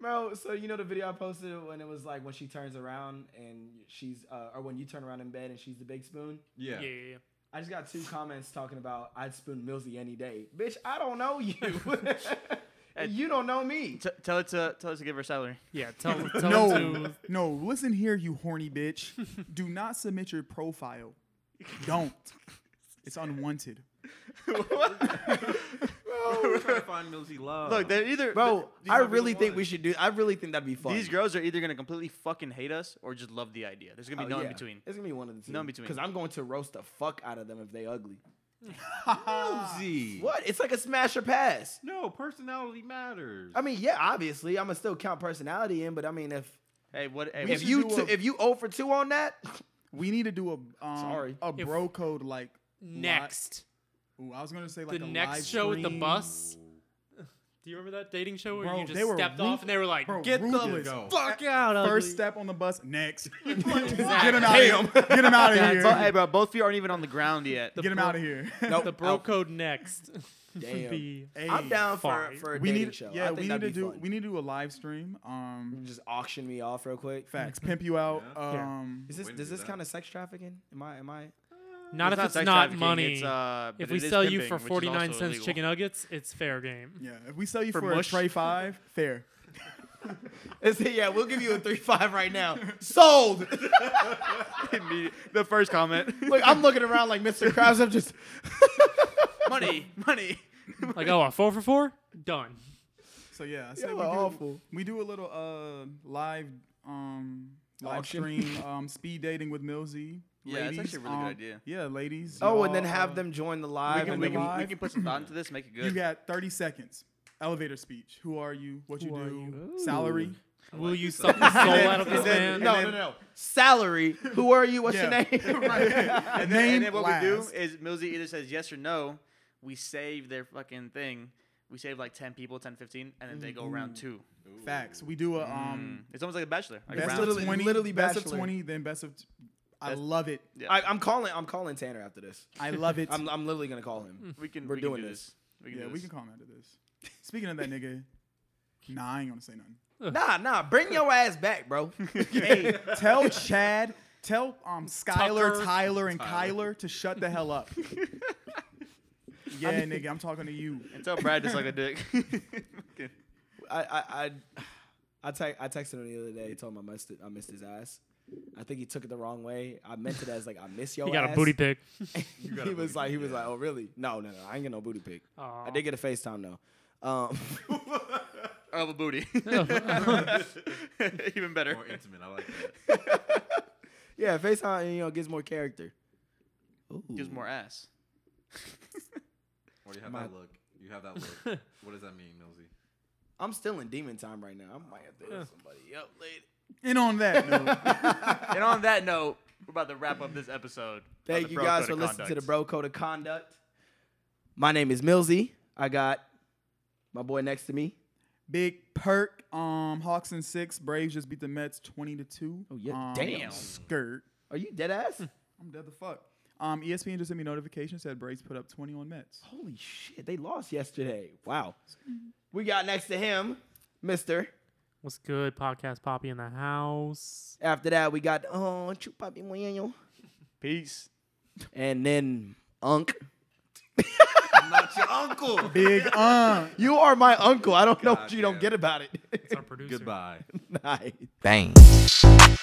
[SPEAKER 3] Bro, so you know the video I posted when it was like when she turns around and she's, uh, or when you turn around in bed and she's the big spoon?
[SPEAKER 7] yeah.
[SPEAKER 5] Yeah, yeah, yeah.
[SPEAKER 3] I just got two comments talking about I'd spoon Millsy any day. Bitch, I don't know you. And you don't know me.
[SPEAKER 4] T- tell it to tell it to give her salary.
[SPEAKER 5] Yeah, tell, tell him
[SPEAKER 6] No,
[SPEAKER 5] to
[SPEAKER 6] no, listen here, you horny bitch. Do not submit your profile. Don't. It's unwanted.
[SPEAKER 7] We're trying to find Millsy Love.
[SPEAKER 4] Look, they're either
[SPEAKER 3] Oh. Bro,
[SPEAKER 4] th- these
[SPEAKER 3] I
[SPEAKER 4] might be the
[SPEAKER 3] really think we
[SPEAKER 4] ones.
[SPEAKER 3] should do I really think that'd be fun.
[SPEAKER 4] These girls are either gonna completely fucking hate us or just love the idea. There's gonna be
[SPEAKER 3] Oh,
[SPEAKER 4] no
[SPEAKER 3] yeah.
[SPEAKER 4] in between.
[SPEAKER 3] It's gonna be one of the two.
[SPEAKER 4] No in between.
[SPEAKER 3] Because I'm going to roast the fuck out of them if they ugly.
[SPEAKER 7] Nosy.
[SPEAKER 3] What? It's like a smash or pass.
[SPEAKER 7] No, personality matters.
[SPEAKER 3] I mean, yeah, obviously, I'm gonna still count personality in, but I mean, if
[SPEAKER 4] Hey, what? Hey,
[SPEAKER 6] We
[SPEAKER 3] if
[SPEAKER 6] should
[SPEAKER 3] you
[SPEAKER 6] do
[SPEAKER 3] t-
[SPEAKER 6] a-
[SPEAKER 3] if you 0 for two on that,
[SPEAKER 6] We need to do a um,
[SPEAKER 3] Sorry.
[SPEAKER 6] a
[SPEAKER 5] If-
[SPEAKER 6] bro code like li-
[SPEAKER 5] Next,
[SPEAKER 6] Ooh, I was gonna say like
[SPEAKER 5] the
[SPEAKER 6] a
[SPEAKER 5] next
[SPEAKER 6] live
[SPEAKER 5] show at the
[SPEAKER 6] stream.
[SPEAKER 5] bus. Do you remember that dating show where
[SPEAKER 6] Bro,
[SPEAKER 5] you just
[SPEAKER 6] they were
[SPEAKER 5] stepped off
[SPEAKER 6] ruthless-
[SPEAKER 5] and they were like,
[SPEAKER 6] bro,
[SPEAKER 5] "Get
[SPEAKER 6] ruthless.
[SPEAKER 5] the
[SPEAKER 7] Go.
[SPEAKER 5] fuck out!" ugly."
[SPEAKER 6] First step on the bus. Next. get him out.
[SPEAKER 3] Damn.
[SPEAKER 6] Of here. Get him out of
[SPEAKER 4] Yeah, bo- hey,
[SPEAKER 6] here.
[SPEAKER 4] bro, both of you aren't even on the ground yet.
[SPEAKER 5] The
[SPEAKER 6] Get him
[SPEAKER 5] bro-
[SPEAKER 6] out of here.
[SPEAKER 3] Nope.
[SPEAKER 5] The bro code next. would
[SPEAKER 3] Damn.
[SPEAKER 5] be-
[SPEAKER 6] Hey,
[SPEAKER 3] I'm down for
[SPEAKER 5] fine.
[SPEAKER 3] for a
[SPEAKER 6] We
[SPEAKER 3] dating
[SPEAKER 6] need.
[SPEAKER 3] show. I
[SPEAKER 6] Yeah,
[SPEAKER 3] think
[SPEAKER 6] we need
[SPEAKER 3] that'd
[SPEAKER 6] to
[SPEAKER 3] be
[SPEAKER 6] do.
[SPEAKER 3] fun.
[SPEAKER 6] We need to do a live stream. Um,
[SPEAKER 3] just auction me off real quick.
[SPEAKER 6] facts. Pimp you out.
[SPEAKER 5] Mm. Yeah.
[SPEAKER 6] Um,
[SPEAKER 3] Is this
[SPEAKER 7] Wouldn't
[SPEAKER 3] does
[SPEAKER 7] do
[SPEAKER 3] this
[SPEAKER 7] that.
[SPEAKER 3] kind of sex trafficking? Am I am I?
[SPEAKER 5] Not if it's
[SPEAKER 4] sex
[SPEAKER 5] not
[SPEAKER 4] trafficking,
[SPEAKER 5] money.
[SPEAKER 4] it's, uh, but
[SPEAKER 5] if we
[SPEAKER 4] it is
[SPEAKER 5] sell you
[SPEAKER 4] pimping,
[SPEAKER 5] for
[SPEAKER 4] which is
[SPEAKER 5] 49
[SPEAKER 4] also
[SPEAKER 5] cents
[SPEAKER 4] illegal.
[SPEAKER 5] chicken nuggets, it's fair game.
[SPEAKER 6] yeah. If we sell you
[SPEAKER 5] For
[SPEAKER 6] for,
[SPEAKER 5] mush?
[SPEAKER 6] a tray five, fair.
[SPEAKER 3] It's- yeah, we'll give you a three five right now. Sold.
[SPEAKER 4] Immediate- the first comment.
[SPEAKER 3] Look, I'm looking around like Mr. Krabs. I'm just
[SPEAKER 4] money, money.
[SPEAKER 5] Like, oh, a four for four? Done.
[SPEAKER 6] So yeah, I
[SPEAKER 3] Y'all
[SPEAKER 6] said we
[SPEAKER 3] are
[SPEAKER 6] do,
[SPEAKER 3] awful.
[SPEAKER 6] we do a little uh live um live
[SPEAKER 3] Auction.
[SPEAKER 6] stream um speed dating with Millsy.
[SPEAKER 4] Yeah, that's actually a really good
[SPEAKER 6] um,
[SPEAKER 4] idea.
[SPEAKER 6] Yeah, ladies.
[SPEAKER 3] oh, and
[SPEAKER 6] y'all,
[SPEAKER 3] then
[SPEAKER 6] uh,
[SPEAKER 3] have them join the live.
[SPEAKER 6] can-
[SPEAKER 3] and
[SPEAKER 4] we,
[SPEAKER 3] then
[SPEAKER 4] can, we
[SPEAKER 6] live.
[SPEAKER 4] can put some thought into this, make it
[SPEAKER 6] You
[SPEAKER 4] good.
[SPEAKER 6] got 30 seconds. Elevator speech. Who are you? What you
[SPEAKER 5] Who are
[SPEAKER 6] do?
[SPEAKER 5] you?
[SPEAKER 6] Salary.
[SPEAKER 5] Will you suck the soul
[SPEAKER 3] And then-
[SPEAKER 5] out of this
[SPEAKER 3] and then-
[SPEAKER 5] man?
[SPEAKER 3] No, no, no. Salary. Who are you? What's your
[SPEAKER 6] Yeah.
[SPEAKER 3] name?
[SPEAKER 4] And then, and
[SPEAKER 6] Name
[SPEAKER 4] then what
[SPEAKER 6] last.
[SPEAKER 4] we do is Millsy either says yes or no. We save their fucking thing. We save like 10 people, 10, 15, and then they
[SPEAKER 3] Mm-hmm.
[SPEAKER 4] go round two.
[SPEAKER 6] Facts. We do a um
[SPEAKER 4] It's almost like a bachelor. Mm, Like
[SPEAKER 6] best
[SPEAKER 4] round
[SPEAKER 6] of
[SPEAKER 3] literally-
[SPEAKER 6] 20,
[SPEAKER 3] literally
[SPEAKER 6] best of
[SPEAKER 3] Bachelor.
[SPEAKER 6] 20, then best of I love it.
[SPEAKER 4] Yeah.
[SPEAKER 3] I, I'm calling. I'm calling Tanner after this.
[SPEAKER 6] I love it.
[SPEAKER 3] I'm, I'm literally gonna call him.
[SPEAKER 4] We can,
[SPEAKER 3] We're
[SPEAKER 4] we can
[SPEAKER 3] doing
[SPEAKER 4] do
[SPEAKER 3] this.
[SPEAKER 4] We can
[SPEAKER 6] yeah,
[SPEAKER 4] do
[SPEAKER 6] we
[SPEAKER 4] this.
[SPEAKER 6] can comment to this. Speaking of that nigga, nah, I ain't gonna say nothing.
[SPEAKER 3] Nah, nah. Bring your ass back, bro.
[SPEAKER 6] hey, tell Chad, tell um Skyler,
[SPEAKER 5] Tucker.
[SPEAKER 6] Tyler, and Kyler to shut the hell up. yeah, nigga, I'm talking to you.
[SPEAKER 4] And tell Brad to suck a dick.
[SPEAKER 3] I I I, I, te- I texted him the other day. Told him I missed it. I missed his ass. I think he took it the wrong way. I meant it as like I miss your.
[SPEAKER 5] You got a
[SPEAKER 3] ass.
[SPEAKER 5] booty pick.
[SPEAKER 7] got
[SPEAKER 3] he
[SPEAKER 7] a
[SPEAKER 3] was
[SPEAKER 7] booty
[SPEAKER 3] like, he
[SPEAKER 7] pic,
[SPEAKER 3] was
[SPEAKER 7] yeah.
[SPEAKER 3] like, oh really? No, no, no. I ain't get no booty pic.
[SPEAKER 5] Aw.
[SPEAKER 3] I did get a Facetime though. Um,
[SPEAKER 4] I have a booty. Even better.
[SPEAKER 7] More intimate. I like that.
[SPEAKER 3] yeah, Facetime. You know, gives more character. Ooh.
[SPEAKER 4] Gives more ass.
[SPEAKER 7] Or you have
[SPEAKER 3] My-
[SPEAKER 7] that look. You have that look. what does that mean, Millsy?
[SPEAKER 3] I'm still in demon time right now. I might have to hit somebody up later.
[SPEAKER 6] And on that note,
[SPEAKER 4] and on that note, we're about to wrap up this episode. of
[SPEAKER 3] Thank
[SPEAKER 4] the
[SPEAKER 3] you
[SPEAKER 4] Bro
[SPEAKER 3] guys
[SPEAKER 4] Code
[SPEAKER 3] for
[SPEAKER 4] of
[SPEAKER 3] listening to the
[SPEAKER 4] Conduct.
[SPEAKER 3] Bro Code of Conduct. My name is Millsy. I got my boy next to me.
[SPEAKER 6] big perk. Um, Hawks and six. Braves just beat the Mets twenty to two.
[SPEAKER 3] Oh, yeah,
[SPEAKER 6] Um,
[SPEAKER 3] damn.
[SPEAKER 6] Skirt.
[SPEAKER 3] Are you dead
[SPEAKER 4] Hmm.
[SPEAKER 3] ass?
[SPEAKER 6] I'm dead the fuck. Um, ESPN just sent me notification said Braves put up twenty on Mets.
[SPEAKER 3] Holy shit, they lost yesterday. Wow. We got next to him, Mister.
[SPEAKER 5] What's good? Podcast Poppy in the house.
[SPEAKER 3] After that, we got oh Chupa Mi Muñeño.
[SPEAKER 4] Peace.
[SPEAKER 3] and then Unc.
[SPEAKER 7] I'm not your uncle.
[SPEAKER 6] Big um.
[SPEAKER 3] You are my uncle. I don't know what you don't
[SPEAKER 7] Goddamn.
[SPEAKER 3] get about it.
[SPEAKER 5] It's our producer.
[SPEAKER 7] Goodbye.
[SPEAKER 3] nice.
[SPEAKER 1] Bang.